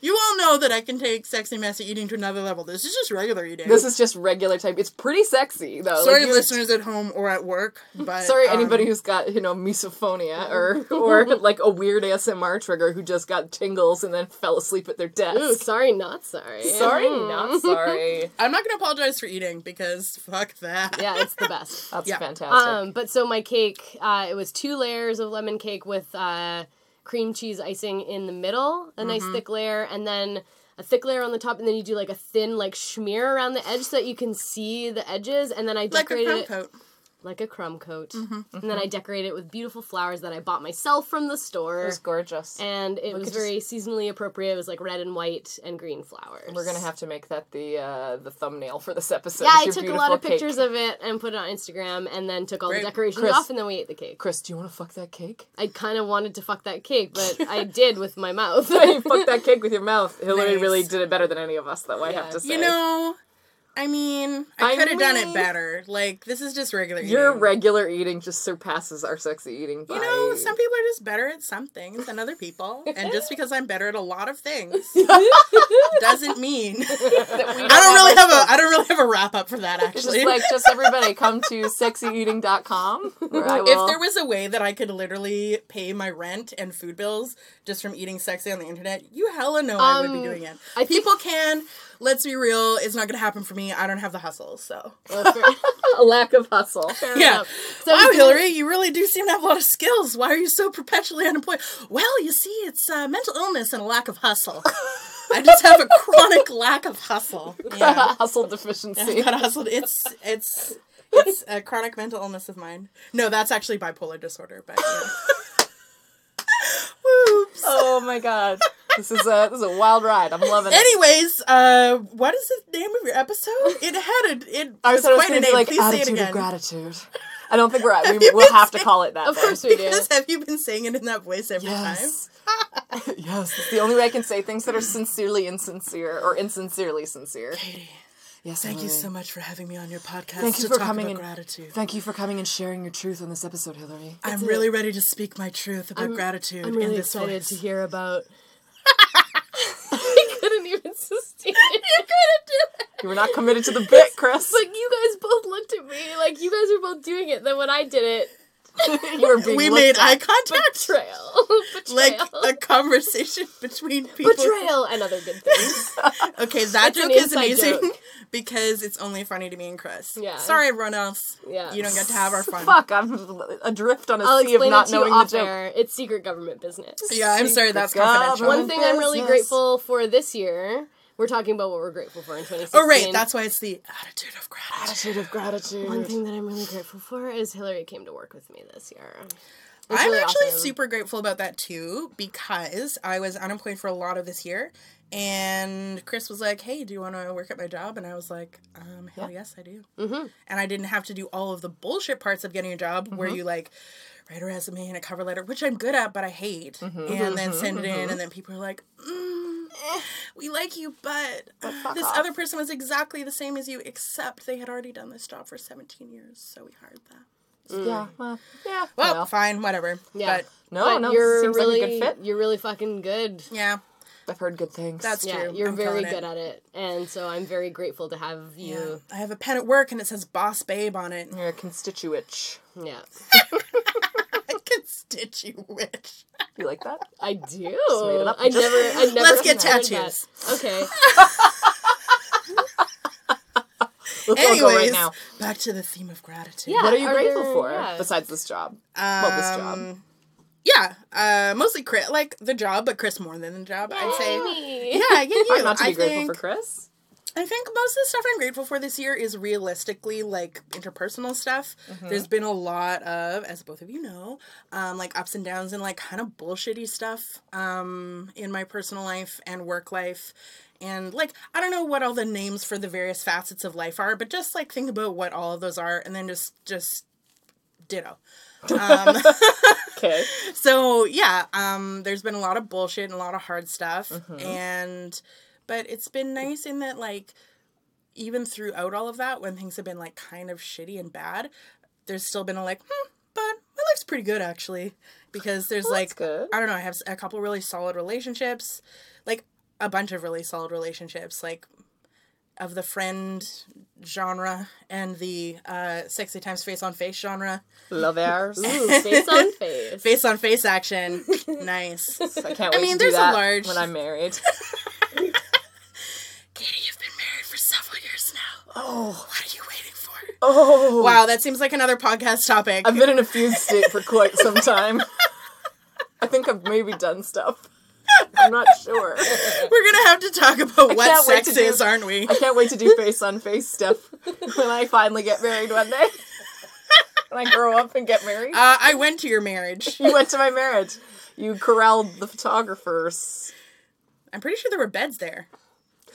Speaker 8: You all know that I can take sexy, messy eating to another level. This is just regular eating.
Speaker 2: This is just regular type. It's pretty sexy though.
Speaker 8: sorry,
Speaker 2: Like, you-
Speaker 8: listeners at home or
Speaker 2: <laughs>
Speaker 8: at work, but
Speaker 2: Sorry,
Speaker 8: um,
Speaker 2: anybody who's got you know misophonia <laughs> or or like a weird ASMR trigger who just got tingles and then fell asleep at their
Speaker 3: Ooh,
Speaker 2: desk.
Speaker 3: sorry, not sorry. Mm-hmm.
Speaker 2: sorry, <laughs> not sorry.
Speaker 8: I'm not gonna apologize for eating because fuck that.
Speaker 3: yeah, it's
Speaker 2: <laughs>
Speaker 3: the best.
Speaker 2: That's
Speaker 8: Yeah.
Speaker 2: fantastic.
Speaker 3: Um, but so my cake, uh, it was two layers of lemon cake with uh, cream cheese icing in the middle, a
Speaker 2: Mm-hmm.
Speaker 3: nice thick layer, and then a thick layer on the top, and then you do like a thin like smear around the edge so that you can see the edges, and then I
Speaker 8: <laughs> Like a
Speaker 3: decorated
Speaker 8: crumb
Speaker 3: it
Speaker 8: coat.
Speaker 3: like a crumb coat,
Speaker 2: Mm-hmm.
Speaker 3: and then I decorated it with beautiful flowers that I bought myself from the store.
Speaker 2: it was gorgeous.
Speaker 3: and it was
Speaker 2: at just-
Speaker 3: very seasonally appropriate. It was like red and white and green flowers.
Speaker 2: We're gonna have to make that the uh, the thumbnail for this episode.
Speaker 3: Yeah,
Speaker 2: is
Speaker 3: I
Speaker 2: your
Speaker 3: took a
Speaker 2: beautiful
Speaker 3: lot of
Speaker 2: cake.
Speaker 3: pictures of it and put it on Instagram, and then took all
Speaker 8: Great.
Speaker 3: the decorations
Speaker 2: Chris.
Speaker 3: off, and then we ate the cake.
Speaker 2: Chris, do you want to fuck that cake?
Speaker 3: I kind of wanted to fuck that cake, but I did with my
Speaker 2: <laughs>
Speaker 3: mouth. <laughs>
Speaker 2: you fuck that cake with your mouth. Hillary
Speaker 8: Nice.
Speaker 2: really did it better than any of us, though. I have
Speaker 3: Yeah.
Speaker 2: to say.
Speaker 8: You know, I mean, I,
Speaker 2: I
Speaker 8: could have done it
Speaker 2: mean-
Speaker 8: better. Like this is just regular eating.
Speaker 2: your regular eating just surpasses our sexy eating. By...
Speaker 8: You know,
Speaker 2: <laughs>
Speaker 8: some people are just better at some things than other people, and just because I'm better at a lot of
Speaker 2: <laughs>
Speaker 8: things doesn't mean <laughs> I don't really have a I don't really have a wrap up for that actually.
Speaker 2: <laughs> just like just everybody come to sexyeating.com where I will.
Speaker 8: <laughs> <laughs> If there was a way that I could literally pay my rent and food bills just from eating sexy on the internet, you hella know I would be
Speaker 3: Um,
Speaker 8: doing it.
Speaker 3: I think-
Speaker 8: People can. Let's be real. It's not gonna happen for me. I don't have the hustle. So
Speaker 2: a lack of hustle.
Speaker 3: So I
Speaker 8: yeah. wow,
Speaker 3: was gonna-
Speaker 8: Hillary, you really do seem to have a lot of skills. Why are you so perpetually unemployed? Well, you see, it's uh, mental illness and a lack
Speaker 3: <laughs>
Speaker 8: of hustle. I just have a chronic lack of hustle. Yeah.
Speaker 2: <laughs> hustle deficiency.
Speaker 8: <laughs> I've got hustled. It's it's it's a chronic mental illness of mine. No, that's actually bipolar disorder. But
Speaker 3: <laughs>
Speaker 8: yeah. Whoops.
Speaker 2: Oh my god. This is a this is a wild ride. I'm loving it.
Speaker 8: Anyways, uh, what is the name of your episode? It had a it.
Speaker 2: I
Speaker 8: was
Speaker 2: said it was
Speaker 8: quite
Speaker 2: going
Speaker 8: a
Speaker 2: to
Speaker 8: name.
Speaker 2: be like
Speaker 8: Please say it
Speaker 2: attitude
Speaker 8: again.
Speaker 2: of gratitude. I don't think
Speaker 8: <laughs>
Speaker 2: we're at. We, we'll have to call it that.
Speaker 3: of
Speaker 2: then.
Speaker 3: course we do.
Speaker 8: Because have you been saying it in that voice every time? <laughs>
Speaker 2: Yes. <laughs> yes. It's the only way I can say things that are sincerely insincere or insincerely sincere.
Speaker 8: Katie,
Speaker 2: Yes.
Speaker 8: thank you
Speaker 2: Hillary.
Speaker 3: Mm.
Speaker 8: so much for having me on your podcast
Speaker 2: Thank you
Speaker 8: to
Speaker 2: for
Speaker 8: talk
Speaker 2: coming
Speaker 8: about
Speaker 2: and-
Speaker 8: gratitude.
Speaker 2: Thank you for coming and sharing your truth on this episode, Hillary.
Speaker 8: I'm really ready to speak my truth about gratitude
Speaker 3: I'm really
Speaker 8: in this
Speaker 3: excited
Speaker 8: voice.
Speaker 3: to hear about. I couldn't even sustain it. You couldn't do it.
Speaker 2: You were not committed to the bit, Chris.
Speaker 3: Like you guys both looked at me, like you guys were both doing it. Then when I did it,
Speaker 2: you were being
Speaker 8: We
Speaker 2: looked
Speaker 8: made
Speaker 2: at.
Speaker 8: eye contact,
Speaker 3: trail, betrayal, <laughs>
Speaker 8: like a conversation <laughs> between people.
Speaker 3: betrayal, and other good things.
Speaker 8: Okay, that
Speaker 3: It's an
Speaker 8: joke is
Speaker 3: inside
Speaker 8: amazing <laughs>
Speaker 3: joke.
Speaker 8: because it's only funny to me and Chris.
Speaker 3: Yeah.
Speaker 8: Sorry, everyone else.
Speaker 3: Yeah.
Speaker 8: You don't get to
Speaker 3: <laughs>
Speaker 8: have our fun.
Speaker 2: Fuck, I'm adrift on a
Speaker 3: I'll
Speaker 2: sea of
Speaker 3: explain it
Speaker 2: not
Speaker 3: to you
Speaker 2: knowing the
Speaker 3: off
Speaker 2: joke.
Speaker 3: air. It's secret government business.
Speaker 8: Yeah, I'm sorry. That's
Speaker 2: Good God,
Speaker 8: confidential.
Speaker 2: Ron.
Speaker 3: One thing I'm really
Speaker 2: business.
Speaker 3: grateful for this year. We're talking about what we're grateful for in 2016.
Speaker 8: Oh, right. That's why it's the attitude of gratitude.
Speaker 2: Attitude of gratitude.
Speaker 3: One thing that I'm really grateful for is Hillary came to work with me this year. It's
Speaker 8: I'm
Speaker 3: really
Speaker 8: actually
Speaker 3: awesome.
Speaker 8: super grateful about that too because I was unemployed for a lot of this year. And Chris was like, hey, do you want to work at my job? And I was like, um, hell yes, I do. Mm-hmm. And I didn't have to do all of the bullshit parts of getting a job where you like write a resume and a cover letter, which I'm good at, but I hate, and then send it in. And then people are like, mm, Mm-hmm, eh, we like you, but, uh, this other person was exactly the same as you, except they had already done this job for 17 years. So we hired them.
Speaker 2: Yeah, well, yeah.
Speaker 8: Well,
Speaker 2: Mm. Well,
Speaker 8: fine, whatever.
Speaker 3: Yeah.
Speaker 8: But
Speaker 2: no,
Speaker 3: But
Speaker 2: no,
Speaker 3: you're
Speaker 2: seems
Speaker 3: really,
Speaker 2: like a good fit.
Speaker 3: You're really fucking good.
Speaker 8: yeah.
Speaker 2: I've heard good things.
Speaker 8: That's
Speaker 3: yeah,
Speaker 8: true.
Speaker 3: you're
Speaker 8: I'm
Speaker 3: very
Speaker 8: feeling it.
Speaker 3: good at it, and so I'm very grateful to have you.
Speaker 8: I have a pen at work and it says Boss Babe on it.
Speaker 2: You're a constituent.
Speaker 3: Yeah,
Speaker 8: <laughs> I can stitch you, witch.
Speaker 2: You like that?
Speaker 3: I do.
Speaker 2: made it up.
Speaker 3: I never, I never.
Speaker 8: Let's get
Speaker 3: considered
Speaker 8: tattoos.
Speaker 3: that. Okay,
Speaker 2: <laughs>
Speaker 8: <laughs>
Speaker 2: Let's all go right
Speaker 8: Anyways,
Speaker 2: now.
Speaker 8: back to the theme of gratitude.
Speaker 3: yeah.
Speaker 2: What are you
Speaker 3: are
Speaker 2: grateful
Speaker 3: there-
Speaker 2: for
Speaker 3: yeah.
Speaker 2: besides this job? well, this job.
Speaker 8: Um, Yeah. Uh, mostly Chris, like the job, but Chris more than the job, I'd say.
Speaker 3: Hey.
Speaker 2: <laughs>
Speaker 8: Yeah, yeah, you.
Speaker 2: Not to be
Speaker 8: I
Speaker 2: grateful
Speaker 8: think
Speaker 2: for Chris.
Speaker 8: I think most of the stuff I'm grateful for this year is realistically like interpersonal stuff. There's been a lot of, as both of you know, um, like ups and downs and like kind of bullshitty stuff um, in my personal life and work life. And like, I don't know what all the names for the various facets of life are, but just like think about what all of those are and then just, just ditto. Um,
Speaker 2: Okay.
Speaker 8: So yeah, um, there's been a lot of bullshit and a lot of hard stuff, and but it's been nice in that like even throughout all of that, when things have been like kind of shitty and bad, there's still been a like, hmm, but my life's pretty good actually, because there's like
Speaker 2: good.
Speaker 8: I don't know, I have s- a couple really solid relationships, like a bunch of really solid relationships, like of the friend genre and the uh, sexy times face on face genre, <laughs>
Speaker 2: Love ours.
Speaker 3: Ooh, face on face.
Speaker 8: face on face action, nice.
Speaker 2: I can't wait
Speaker 8: mean,
Speaker 2: to do
Speaker 8: there's a
Speaker 2: that
Speaker 8: large-
Speaker 2: when I'm married. <laughs>
Speaker 8: Katie, you've been married for several years now.
Speaker 2: Oh,
Speaker 8: What are you waiting for?
Speaker 2: oh.
Speaker 8: Wow, that seems like another podcast topic.
Speaker 2: I've been in a fugue state for quite some time. I think I've maybe done stuff. I'm not sure.
Speaker 8: We're gonna have to talk about what
Speaker 2: can't wait
Speaker 8: sex
Speaker 2: to do-
Speaker 8: is, aren't <laughs> we?
Speaker 2: I can't wait to do face on face stuff when I finally get married one day. When I grow up and get married.
Speaker 8: Uh, I went to your marriage.
Speaker 2: you went to my marriage. You corralled the photographers.
Speaker 8: I'm pretty sure there were beds there.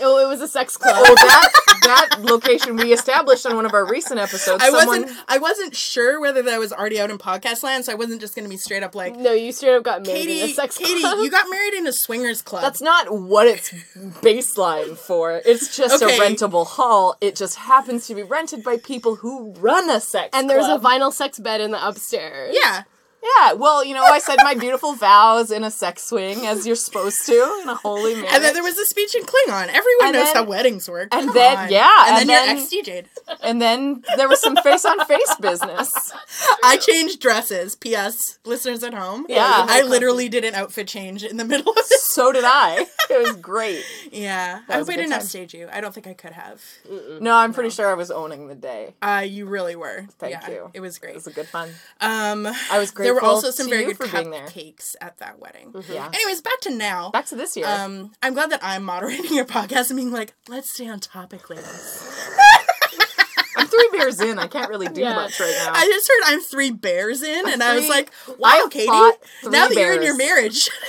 Speaker 3: Oh, it was a sex club.
Speaker 2: Oh, that that location we established on one of our recent episodes.
Speaker 8: I
Speaker 2: Someone
Speaker 8: wasn't. I wasn't sure whether that was already out in podcast land, so I wasn't just gonna be straight up like,
Speaker 3: No, you straight up got married in
Speaker 8: Katie,
Speaker 3: a sex
Speaker 8: Katie,
Speaker 3: club.
Speaker 8: you got married in a swingers club.
Speaker 2: That's not what it's baseline for. It's just
Speaker 8: Okay.
Speaker 2: a rentable hall. It just happens to be rented by people who run a sex
Speaker 3: <laughs> and there's a
Speaker 2: club.
Speaker 3: vinyl sex bed in the upstairs.
Speaker 8: yeah.
Speaker 2: yeah. Well, you know, I said my beautiful vows in a sex swing, as you're supposed to, in a holy marriage.
Speaker 8: And then there was a speech in Klingon. Everyone
Speaker 2: And
Speaker 8: knows
Speaker 2: then-
Speaker 8: how weddings work.
Speaker 2: and
Speaker 8: Come
Speaker 2: then-
Speaker 8: on.
Speaker 2: yeah,
Speaker 8: And,
Speaker 2: and
Speaker 8: then,
Speaker 2: then-
Speaker 8: your ex DJ'd.
Speaker 2: And then there was some face on face business.
Speaker 8: I changed dresses. P.S. Listeners at home.
Speaker 2: Yeah.
Speaker 8: I literally did an outfit change in the middle of <laughs> it.
Speaker 2: So did I. It was great.
Speaker 8: Yeah. I
Speaker 2: was
Speaker 8: hope
Speaker 2: a
Speaker 8: I
Speaker 2: good
Speaker 8: didn't
Speaker 2: time.
Speaker 8: upstage you. I don't think I could have.
Speaker 2: No, I'm pretty sure I was owning the day.
Speaker 8: Uh, you really were.
Speaker 2: Thank
Speaker 8: yeah,
Speaker 2: you.
Speaker 8: It was great.
Speaker 2: It was a good fun.
Speaker 8: um,
Speaker 2: I was grateful
Speaker 8: there were also some
Speaker 2: to
Speaker 8: very
Speaker 2: you
Speaker 8: good
Speaker 2: for being there. Mm-hmm.
Speaker 8: cupcakes at that wedding.
Speaker 2: Yeah.
Speaker 8: Anyways, back to now.
Speaker 2: Back to this year.
Speaker 8: um, I'm glad that I'm moderating your podcast and being like, let's stay on topic, ladies.
Speaker 2: I'm three beers in. I can't really
Speaker 8: <laughs>
Speaker 2: do
Speaker 3: Yeah.
Speaker 2: much right now.
Speaker 8: I just heard I'm three bears in, and I was
Speaker 2: three-
Speaker 8: like,
Speaker 2: I
Speaker 8: wow,
Speaker 2: have
Speaker 8: Katie,
Speaker 2: fought three
Speaker 8: now that you're in
Speaker 2: bears.
Speaker 8: your marriage, <laughs>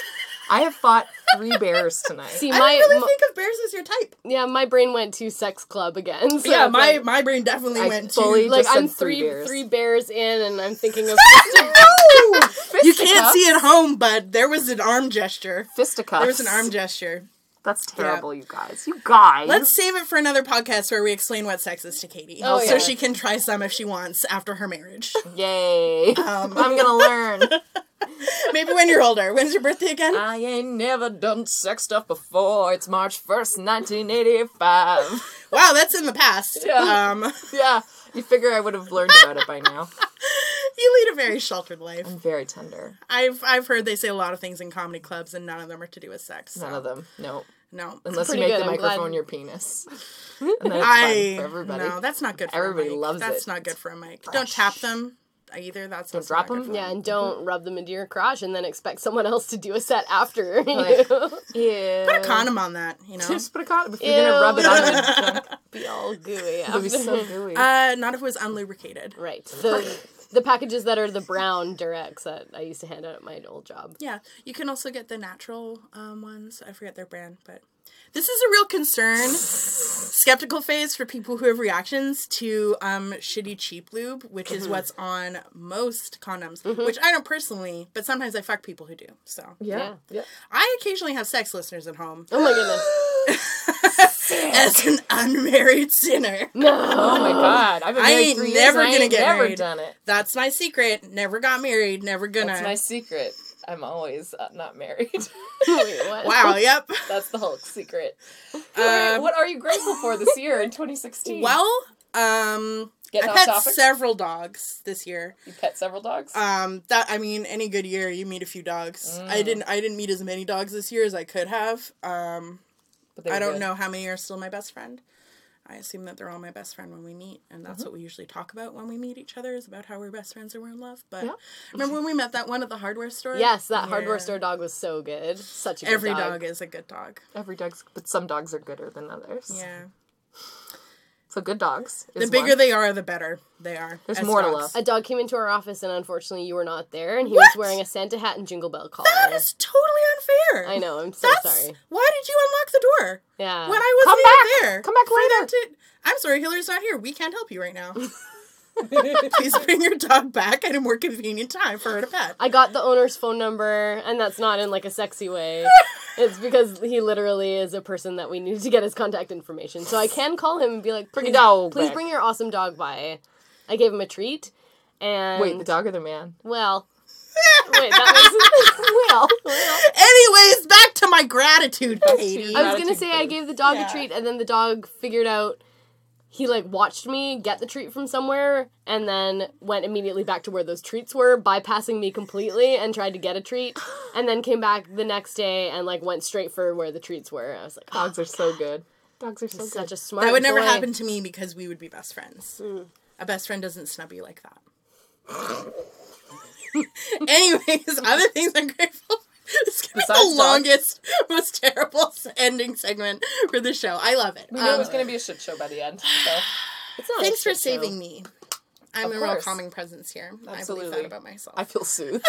Speaker 2: I have fought three bears tonight.
Speaker 3: See,
Speaker 8: I
Speaker 3: my,
Speaker 8: don't really
Speaker 3: my-
Speaker 8: think of bears as your type.
Speaker 3: yeah, my brain went to sex club again. <laughs> So
Speaker 8: yeah,
Speaker 3: it's
Speaker 8: my,
Speaker 3: like,
Speaker 8: my brain definitely
Speaker 2: I
Speaker 8: went
Speaker 2: fully-
Speaker 8: to.
Speaker 3: like
Speaker 2: just said
Speaker 3: I'm
Speaker 2: three
Speaker 3: three
Speaker 2: bears.
Speaker 3: three bears in, and I'm thinking
Speaker 8: <laughs>
Speaker 3: of
Speaker 8: You can't see at home, but there was an arm gesture.
Speaker 2: fisticuffs.
Speaker 8: There was an arm gesture.
Speaker 2: That's terrible, you guys. You guys.
Speaker 8: Let's save it for another podcast where we explain what sex is to Katie.
Speaker 3: Oh,
Speaker 8: so
Speaker 3: yeah.
Speaker 8: she can try some if she wants after her marriage. <laughs>
Speaker 2: <laughs> Yay. I'm gonna learn.
Speaker 8: Maybe when you're older. When's your birthday
Speaker 2: <laughs>
Speaker 8: again?
Speaker 2: I ain't never done sex stuff before. It's March 1st, 1985.
Speaker 8: wow, that's in the past.
Speaker 2: Yeah.
Speaker 8: Um,
Speaker 2: <laughs>
Speaker 8: <laughs>
Speaker 2: yeah. You figure I would have learned about it by now.
Speaker 8: you lead a very sheltered
Speaker 2: <laughs>
Speaker 8: life.
Speaker 2: I'm very tender.
Speaker 8: I've I've heard they say a lot of things in comedy clubs, and none of them are to do with sex. so
Speaker 2: None of them. No.
Speaker 8: No, <laughs>
Speaker 2: Unless you
Speaker 3: Pretty
Speaker 2: make
Speaker 3: good,
Speaker 2: the
Speaker 3: I'm glad.
Speaker 2: microphone your <laughs> penis. And then it's fun
Speaker 8: I
Speaker 2: for everybody.
Speaker 8: no, that's not good. for
Speaker 2: Everybody
Speaker 8: a mic.
Speaker 2: loves
Speaker 8: That's
Speaker 2: it.
Speaker 8: not good for a mic. Don't tap them either. That's don't
Speaker 2: drop
Speaker 8: not good
Speaker 2: them?
Speaker 8: for
Speaker 3: Yeah, and don't rub them into your crotch and then expect someone else to do a set after. <laughs> you
Speaker 2: Like-
Speaker 3: know?
Speaker 2: Yeah.
Speaker 8: Put a condom on that. You know,
Speaker 2: <laughs> Just put a condom. If you're gonna rub it <laughs> on your junk,
Speaker 3: Be all gooey
Speaker 2: it'll be
Speaker 3: after.
Speaker 8: <laughs>
Speaker 2: so gooey.
Speaker 8: uh, not if it was unlubricated.
Speaker 3: Right. The the packages that are the brown Durex that I used to hand out at my old job.
Speaker 8: Yeah, you can also get the natural um, ones. I forget their brand, but this is a real concern, skeptical phase for people who have reactions to um, shitty cheap lube, which
Speaker 2: Mm-hmm.
Speaker 8: is what's on most condoms. Which I don't personally, but sometimes I fuck people who do. So
Speaker 2: yeah. yeah.
Speaker 8: I occasionally have sex listeners at home
Speaker 3: Oh my goodness.
Speaker 8: <gasps> as an unmarried sinner.
Speaker 2: Oh my god. I've been
Speaker 8: I
Speaker 2: married
Speaker 8: ain't
Speaker 2: three years
Speaker 8: never
Speaker 2: and I
Speaker 8: gonna
Speaker 2: ain't
Speaker 8: get
Speaker 2: never
Speaker 8: married.
Speaker 2: done it.
Speaker 8: That's my secret. Never got married. Never gonna.
Speaker 2: That's my secret. I'm always uh, not
Speaker 9: <laughs>
Speaker 2: married.
Speaker 3: Wait, what?
Speaker 8: Wow. Yep.
Speaker 2: That's the Hulk's secret. What are- what are you grateful for this year in 2016?
Speaker 8: Um, well, um,
Speaker 2: Getting
Speaker 8: I've
Speaker 2: off
Speaker 8: had
Speaker 2: topic?
Speaker 8: several dogs this year.
Speaker 2: you pet several dogs.
Speaker 8: Um, that I mean, any good year you meet a few dogs. I didn't. I didn't meet as many dogs this year as I could have. Um,
Speaker 2: but they
Speaker 8: I
Speaker 2: were
Speaker 8: don't
Speaker 2: good.
Speaker 8: know how many are still my best friend. I assume that they're all my best friend when we meet, and that's what we usually talk about when we meet each other is about how we're best friends and we're in love. But remember when we met that one at the hardware store?
Speaker 3: Yes, that hardware
Speaker 8: Yeah.
Speaker 3: store dog was so good. Such a good
Speaker 8: Every
Speaker 3: dog.
Speaker 8: dog is a good dog.
Speaker 2: Every dog's, but some dogs are gooder than others.
Speaker 8: Yeah.
Speaker 9: So good dogs.
Speaker 8: The bigger they are, the better they are.
Speaker 9: There's
Speaker 8: as
Speaker 9: more to
Speaker 8: dogs.
Speaker 9: love.
Speaker 3: A dog came into our office, and unfortunately, you were not there. And he was
Speaker 8: What?
Speaker 3: wearing a Santa hat and jingle bell collar.
Speaker 8: That is totally unfair.
Speaker 3: I know. I'm so
Speaker 8: That's
Speaker 3: sorry.
Speaker 8: why did you unlock the door
Speaker 3: Yeah.
Speaker 8: when I
Speaker 9: Come
Speaker 8: wasn't
Speaker 9: back.
Speaker 8: even there?
Speaker 9: Come back
Speaker 8: For
Speaker 9: later.
Speaker 8: them to- I'm sorry, Hillary's not here. We can't help you right now. Please bring your dog back at a more convenient time for her to pet.
Speaker 3: I got the owner's phone number, and that's not in like a
Speaker 9: <laughs>
Speaker 3: sexy way. it's because he literally is a person that we need to get his contact information. So I can call him and be like,
Speaker 9: Bring
Speaker 3: please,
Speaker 9: your dog
Speaker 3: please
Speaker 9: back."
Speaker 3: bring your awesome dog by. I gave him a treat, and
Speaker 9: Wait, the dog or the man? <laughs>
Speaker 3: Well, wait, that was <laughs> well. well.
Speaker 8: Anyways, back to my gratitude, Katie.
Speaker 3: I was gonna say I gave the dog
Speaker 8: Yeah.
Speaker 3: a treat, and then the dog figured out. He like watched me get the treat from somewhere, and then went immediately back to where those treats were, bypassing me completely, and tried to get a treat, and then came back the next day and like went straight for where the treats were. I was like, oh,
Speaker 9: Dogs are so good. Dogs are so good.
Speaker 3: such a smart.
Speaker 8: That would never
Speaker 3: boy.
Speaker 8: happen to me because we would be best friends. A best friend doesn't snub you like that. <laughs> Anyways, other things I'm grateful for. This is
Speaker 2: Besides
Speaker 8: the
Speaker 2: dogs.
Speaker 8: longest, most terrible <laughs> ending segment for the show. I love it.
Speaker 2: We knew it
Speaker 8: Um,
Speaker 2: was going to be a shit show by the end.
Speaker 9: <sighs>
Speaker 2: So.
Speaker 3: It's not a
Speaker 8: thanks for
Speaker 3: shit show.
Speaker 8: saving me. I'm
Speaker 2: Of
Speaker 8: a real
Speaker 2: course.
Speaker 8: calming presence here. I believe
Speaker 2: Absolutely.
Speaker 8: that about myself.
Speaker 2: I feel soothed.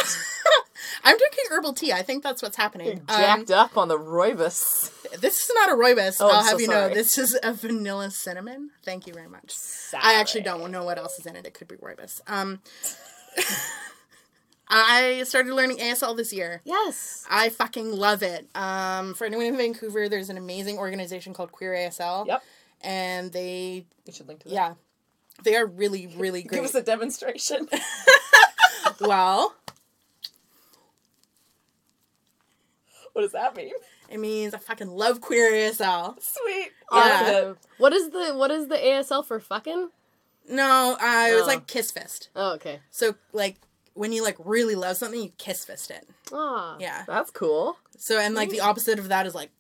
Speaker 8: I'm drinking herbal tea. I think that's what's happening. <laughs> Um,
Speaker 9: Jacked up on the roibus.
Speaker 8: this is not a rooibos.
Speaker 9: Oh, I'm
Speaker 8: I'll
Speaker 9: so
Speaker 8: have you
Speaker 9: sorry.
Speaker 8: know. This is a vanilla cinnamon. Thank you very much. I actually don't know what else is in it. It could be rooibos. Um, <laughs> I started learning ASL this year.
Speaker 3: Yes.
Speaker 8: I fucking love it. Um, for anyone in Vancouver, there's an amazing organization called Queer ASL.
Speaker 2: Yep.
Speaker 8: And they,
Speaker 2: We should link to that.
Speaker 8: yeah, they are really, really
Speaker 2: <laughs>
Speaker 8: great.
Speaker 2: Give us a demonstration. <laughs>
Speaker 8: well,
Speaker 2: what does that mean?
Speaker 8: it means I fucking love Queer ASL.
Speaker 2: Sweet.
Speaker 9: Uh,
Speaker 8: Yeah.
Speaker 2: Awesome.
Speaker 3: What is the what is the ASL for fucking?
Speaker 8: No, uh, it was
Speaker 3: Oh.
Speaker 8: like kiss fist.
Speaker 3: Oh, okay.
Speaker 8: So like when you like really love something, you kiss fist it.
Speaker 9: <laughs>
Speaker 2: Oh.
Speaker 3: Ah.
Speaker 8: Yeah.
Speaker 9: That's cool.
Speaker 8: So and like the opposite of that is like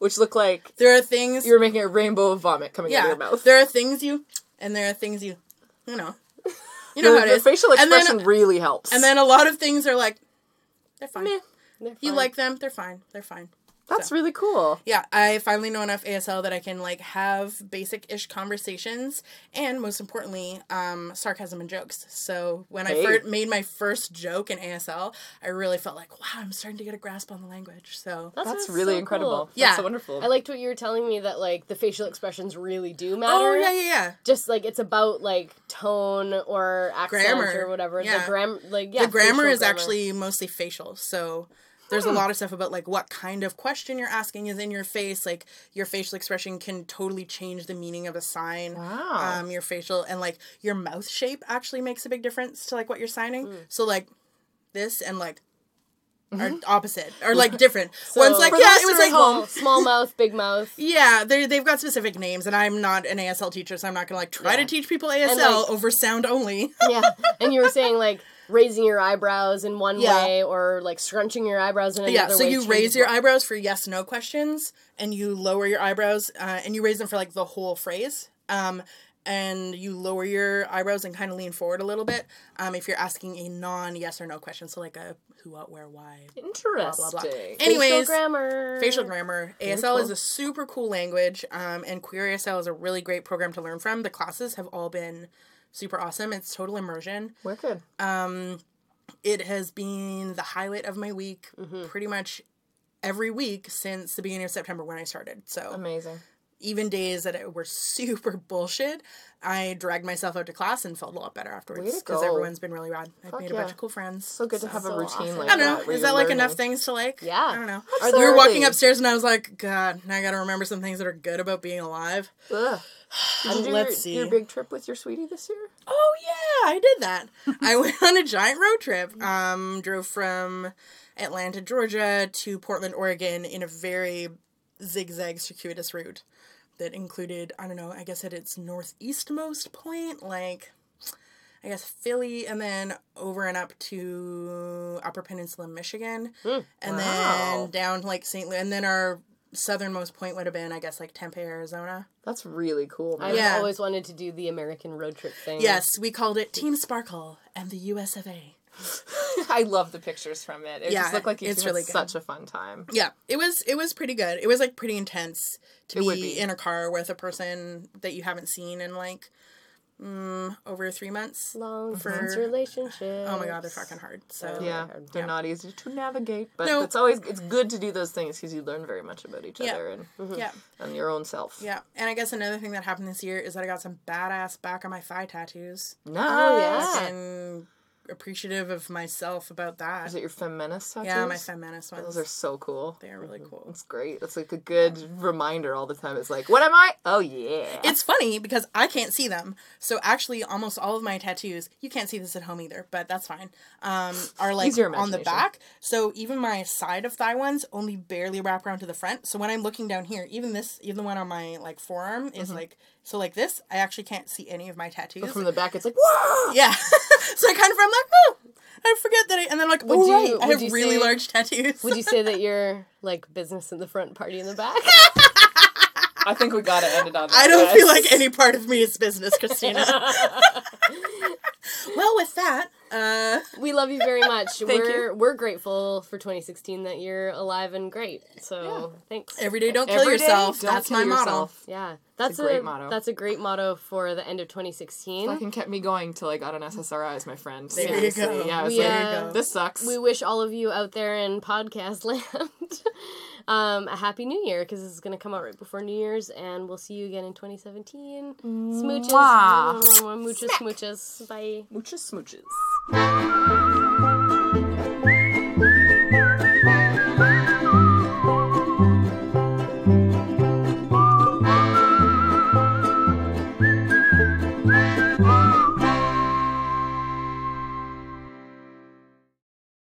Speaker 9: Which look like
Speaker 8: there are things
Speaker 9: you were making a rainbow of vomit coming out of
Speaker 8: yeah
Speaker 9: your mouth.
Speaker 8: there are things you and there are things you you know you know
Speaker 9: The,
Speaker 8: how it
Speaker 9: the
Speaker 8: is.
Speaker 9: facial
Speaker 8: And then-
Speaker 9: expression really helps.
Speaker 8: And then a lot of things are like, they're fine.
Speaker 9: Meh.
Speaker 3: They're
Speaker 8: You
Speaker 3: fine.
Speaker 8: like them, they're fine. They're fine.
Speaker 9: that's really cool.
Speaker 8: Yeah, I finally know enough ASL that I can like have basic ish conversations and most importantly, um, sarcasm and jokes. So when I
Speaker 9: Hey.
Speaker 8: first made my first joke in ASL, I really felt like, wow, I'm starting to get a grasp on the language. So
Speaker 9: That's
Speaker 3: so
Speaker 9: really
Speaker 3: cool.
Speaker 9: incredible.
Speaker 8: Yeah.
Speaker 9: That's so wonderful.
Speaker 3: I liked what you were telling me that like the facial expressions really do matter.
Speaker 8: Oh yeah, yeah, yeah.
Speaker 3: Just like it's about like tone or accent
Speaker 8: Grammar.
Speaker 3: or whatever. The
Speaker 8: Yeah.
Speaker 3: gram like yeah.
Speaker 8: the grammar
Speaker 3: facial
Speaker 8: is actually mostly facial. So there's
Speaker 3: Hmm.
Speaker 8: a lot of stuff about like what kind of question you're asking is in your face. Like your facial expression can totally change the meaning of a sign.
Speaker 9: Wow.
Speaker 8: Um, your facial and like your mouth shape actually makes a big difference to like what you're signing.
Speaker 3: Hmm.
Speaker 8: So like this and like are opposite
Speaker 3: <laughs>
Speaker 8: or like different. One's like
Speaker 3: Mm-hmm. For
Speaker 8: yeah,
Speaker 3: those
Speaker 8: it
Speaker 3: who
Speaker 8: was
Speaker 3: are
Speaker 8: like
Speaker 3: home, <laughs> small mouth, big mouth.
Speaker 8: yeah, they they've got specific names, and I'm not an ASL teacher, so I'm not gonna like try to teach people ASL
Speaker 3: like-
Speaker 8: over sound only.
Speaker 9: <laughs>
Speaker 3: Yeah. And you were saying like raising your eyebrows in one
Speaker 8: Yeah.
Speaker 3: way or like scrunching your eyebrows in another
Speaker 8: Yeah,
Speaker 3: way.
Speaker 8: so you
Speaker 3: changes
Speaker 8: raise your
Speaker 3: what-
Speaker 8: eyebrows for yes no questions, and you lower your eyebrows, uh, and you raise them for like the whole phrase. Um, and you lower your eyebrows and kind of lean forward a little bit um, if you're asking a non yes or no question. So, like a who, what, where, why.
Speaker 9: Interesting.
Speaker 8: blah.
Speaker 3: facial
Speaker 8: Anyways,
Speaker 3: grammar.
Speaker 8: facial grammar. ASL is a super cool language, um, and Queer ASL is a really great program to learn from. The classes have all been super awesome. It's total immersion
Speaker 9: Wicked.
Speaker 8: it has been the highlight of my week pretty much every week since the beginning of September when I started.
Speaker 9: Oh.
Speaker 8: So
Speaker 9: Amazing.
Speaker 8: even days that it were <laughs> super bullshit, I dragged myself out to class and felt a lot better afterwards because
Speaker 9: go.
Speaker 8: everyone's been really rad. I've made a bunch
Speaker 9: yeah.
Speaker 8: of cool friends.
Speaker 9: So good to have a routine like
Speaker 8: I
Speaker 9: that.
Speaker 8: don't know.
Speaker 9: where
Speaker 8: Is
Speaker 9: you're
Speaker 8: that like
Speaker 9: learning.
Speaker 8: enough things to like?
Speaker 3: Yeah.
Speaker 8: I don't know. We
Speaker 9: Absolutely.
Speaker 8: were walking upstairs and I was like, God, now I gotta remember some things that are good about being alive. <sighs>
Speaker 9: Ugh. Did you do
Speaker 8: Let's
Speaker 9: your, your
Speaker 8: see.
Speaker 9: big trip with your sweetie this year?
Speaker 8: Oh yeah, I did that. I <laughs> went on a giant road trip. Um, drove from Atlanta, Georgia, to Portland, Oregon, in a very zigzag, circuitous route that included I don't know. I guess at its northeastmost point, like I guess Philly, and then over and up to Upper Peninsula, Michigan, and then down to like St. Louis, and then our southernmost point would have been I guess like Tempe, Arizona.
Speaker 9: That's really cool, man.
Speaker 3: I've
Speaker 8: <laughs> Yeah.
Speaker 3: always wanted to do the American road trip thing.
Speaker 8: Yes, we called it Team Sparkle and the US of A.
Speaker 2: I love the pictures from it. It
Speaker 8: Yeah,
Speaker 2: just looked like you
Speaker 8: it's
Speaker 2: two
Speaker 8: really
Speaker 2: had
Speaker 8: good.
Speaker 2: such a fun time.
Speaker 8: Yeah, it was it was pretty good. It was like pretty intense to
Speaker 2: It
Speaker 8: be,
Speaker 2: would be.
Speaker 8: in a car with a person that you haven't seen in like mm, over three months.
Speaker 3: Long distance
Speaker 8: For-
Speaker 3: relationship.
Speaker 8: Oh my god, they're fucking hard. So
Speaker 2: Yeah, they're
Speaker 8: Yeah.
Speaker 2: not easy to navigate, but
Speaker 8: No.
Speaker 2: it's always it's good to do those things because you learn very much about each
Speaker 8: Yeah.
Speaker 2: other and
Speaker 8: yeah,
Speaker 2: and your own self.
Speaker 8: yeah. And I guess another thing that happened this year is that I got some badass back on my thigh tattoos.
Speaker 2: Nice.
Speaker 8: Oh, And appreciative of myself about that.
Speaker 2: Is it your feminist tattoos?
Speaker 8: yeah, my feminist ones.
Speaker 2: Those are Mm-hmm. so cool.
Speaker 8: they're really cool.
Speaker 2: It's great. It's like a good reminder all the time. It's like, what am I? Oh yeah.
Speaker 8: It's funny because I can't see them. So actually, almost all of my tattoos, you can't see this at home either, but that's fine, um, are like
Speaker 2: Use your
Speaker 8: on the
Speaker 2: imagination.
Speaker 8: back. So even my side of thigh ones only barely wrap around to the front. So when I'm looking down here, even this, even the one on my like forearm is
Speaker 3: Mm-hmm.
Speaker 8: like, so like this, I actually can't see any of my tattoos.
Speaker 2: From the back, it's like, whoa.
Speaker 8: yeah. <laughs> so I kind of, I'm like, oh, I forget that I, and then I'm like, oh,
Speaker 3: you-
Speaker 8: right, I
Speaker 3: would
Speaker 8: have
Speaker 3: you
Speaker 8: really
Speaker 3: say-
Speaker 8: large tattoos. <laughs>
Speaker 3: Would you say that you're like business in the front, party in the back? <laughs>
Speaker 10: I think we gotta end it on that.
Speaker 8: I don't
Speaker 10: yes.
Speaker 8: feel like any part of me is business,
Speaker 3: <laughs>
Speaker 8: Christina. <laughs> well, with that, uh,
Speaker 3: we love you very much.
Speaker 8: <laughs>
Speaker 3: we're we're grateful for 2016 that you're alive and great. So thanks.
Speaker 8: every day don't kill
Speaker 2: Every day,
Speaker 8: yourself.
Speaker 2: don't
Speaker 8: That's
Speaker 2: kill
Speaker 8: my model.
Speaker 2: yourself.
Speaker 3: yeah, that's
Speaker 2: a
Speaker 3: a,
Speaker 2: great motto.
Speaker 3: That's a great motto for the end of 2016.
Speaker 2: Fucking kept me going till I got an SSRI as my friend.
Speaker 8: There you
Speaker 2: Seriously.
Speaker 8: go.
Speaker 2: Yeah, I was
Speaker 3: We,
Speaker 2: like,
Speaker 3: uh,
Speaker 2: this sucks.
Speaker 3: we wish all of you out there in podcast land um, a happy new year because this is going to come out right before New Year's and we'll see you again in 2017. Smooches. Mwah. Mwah, mwah, mwah, Mooches, smooches. Bye.
Speaker 10: Mooches, smooches.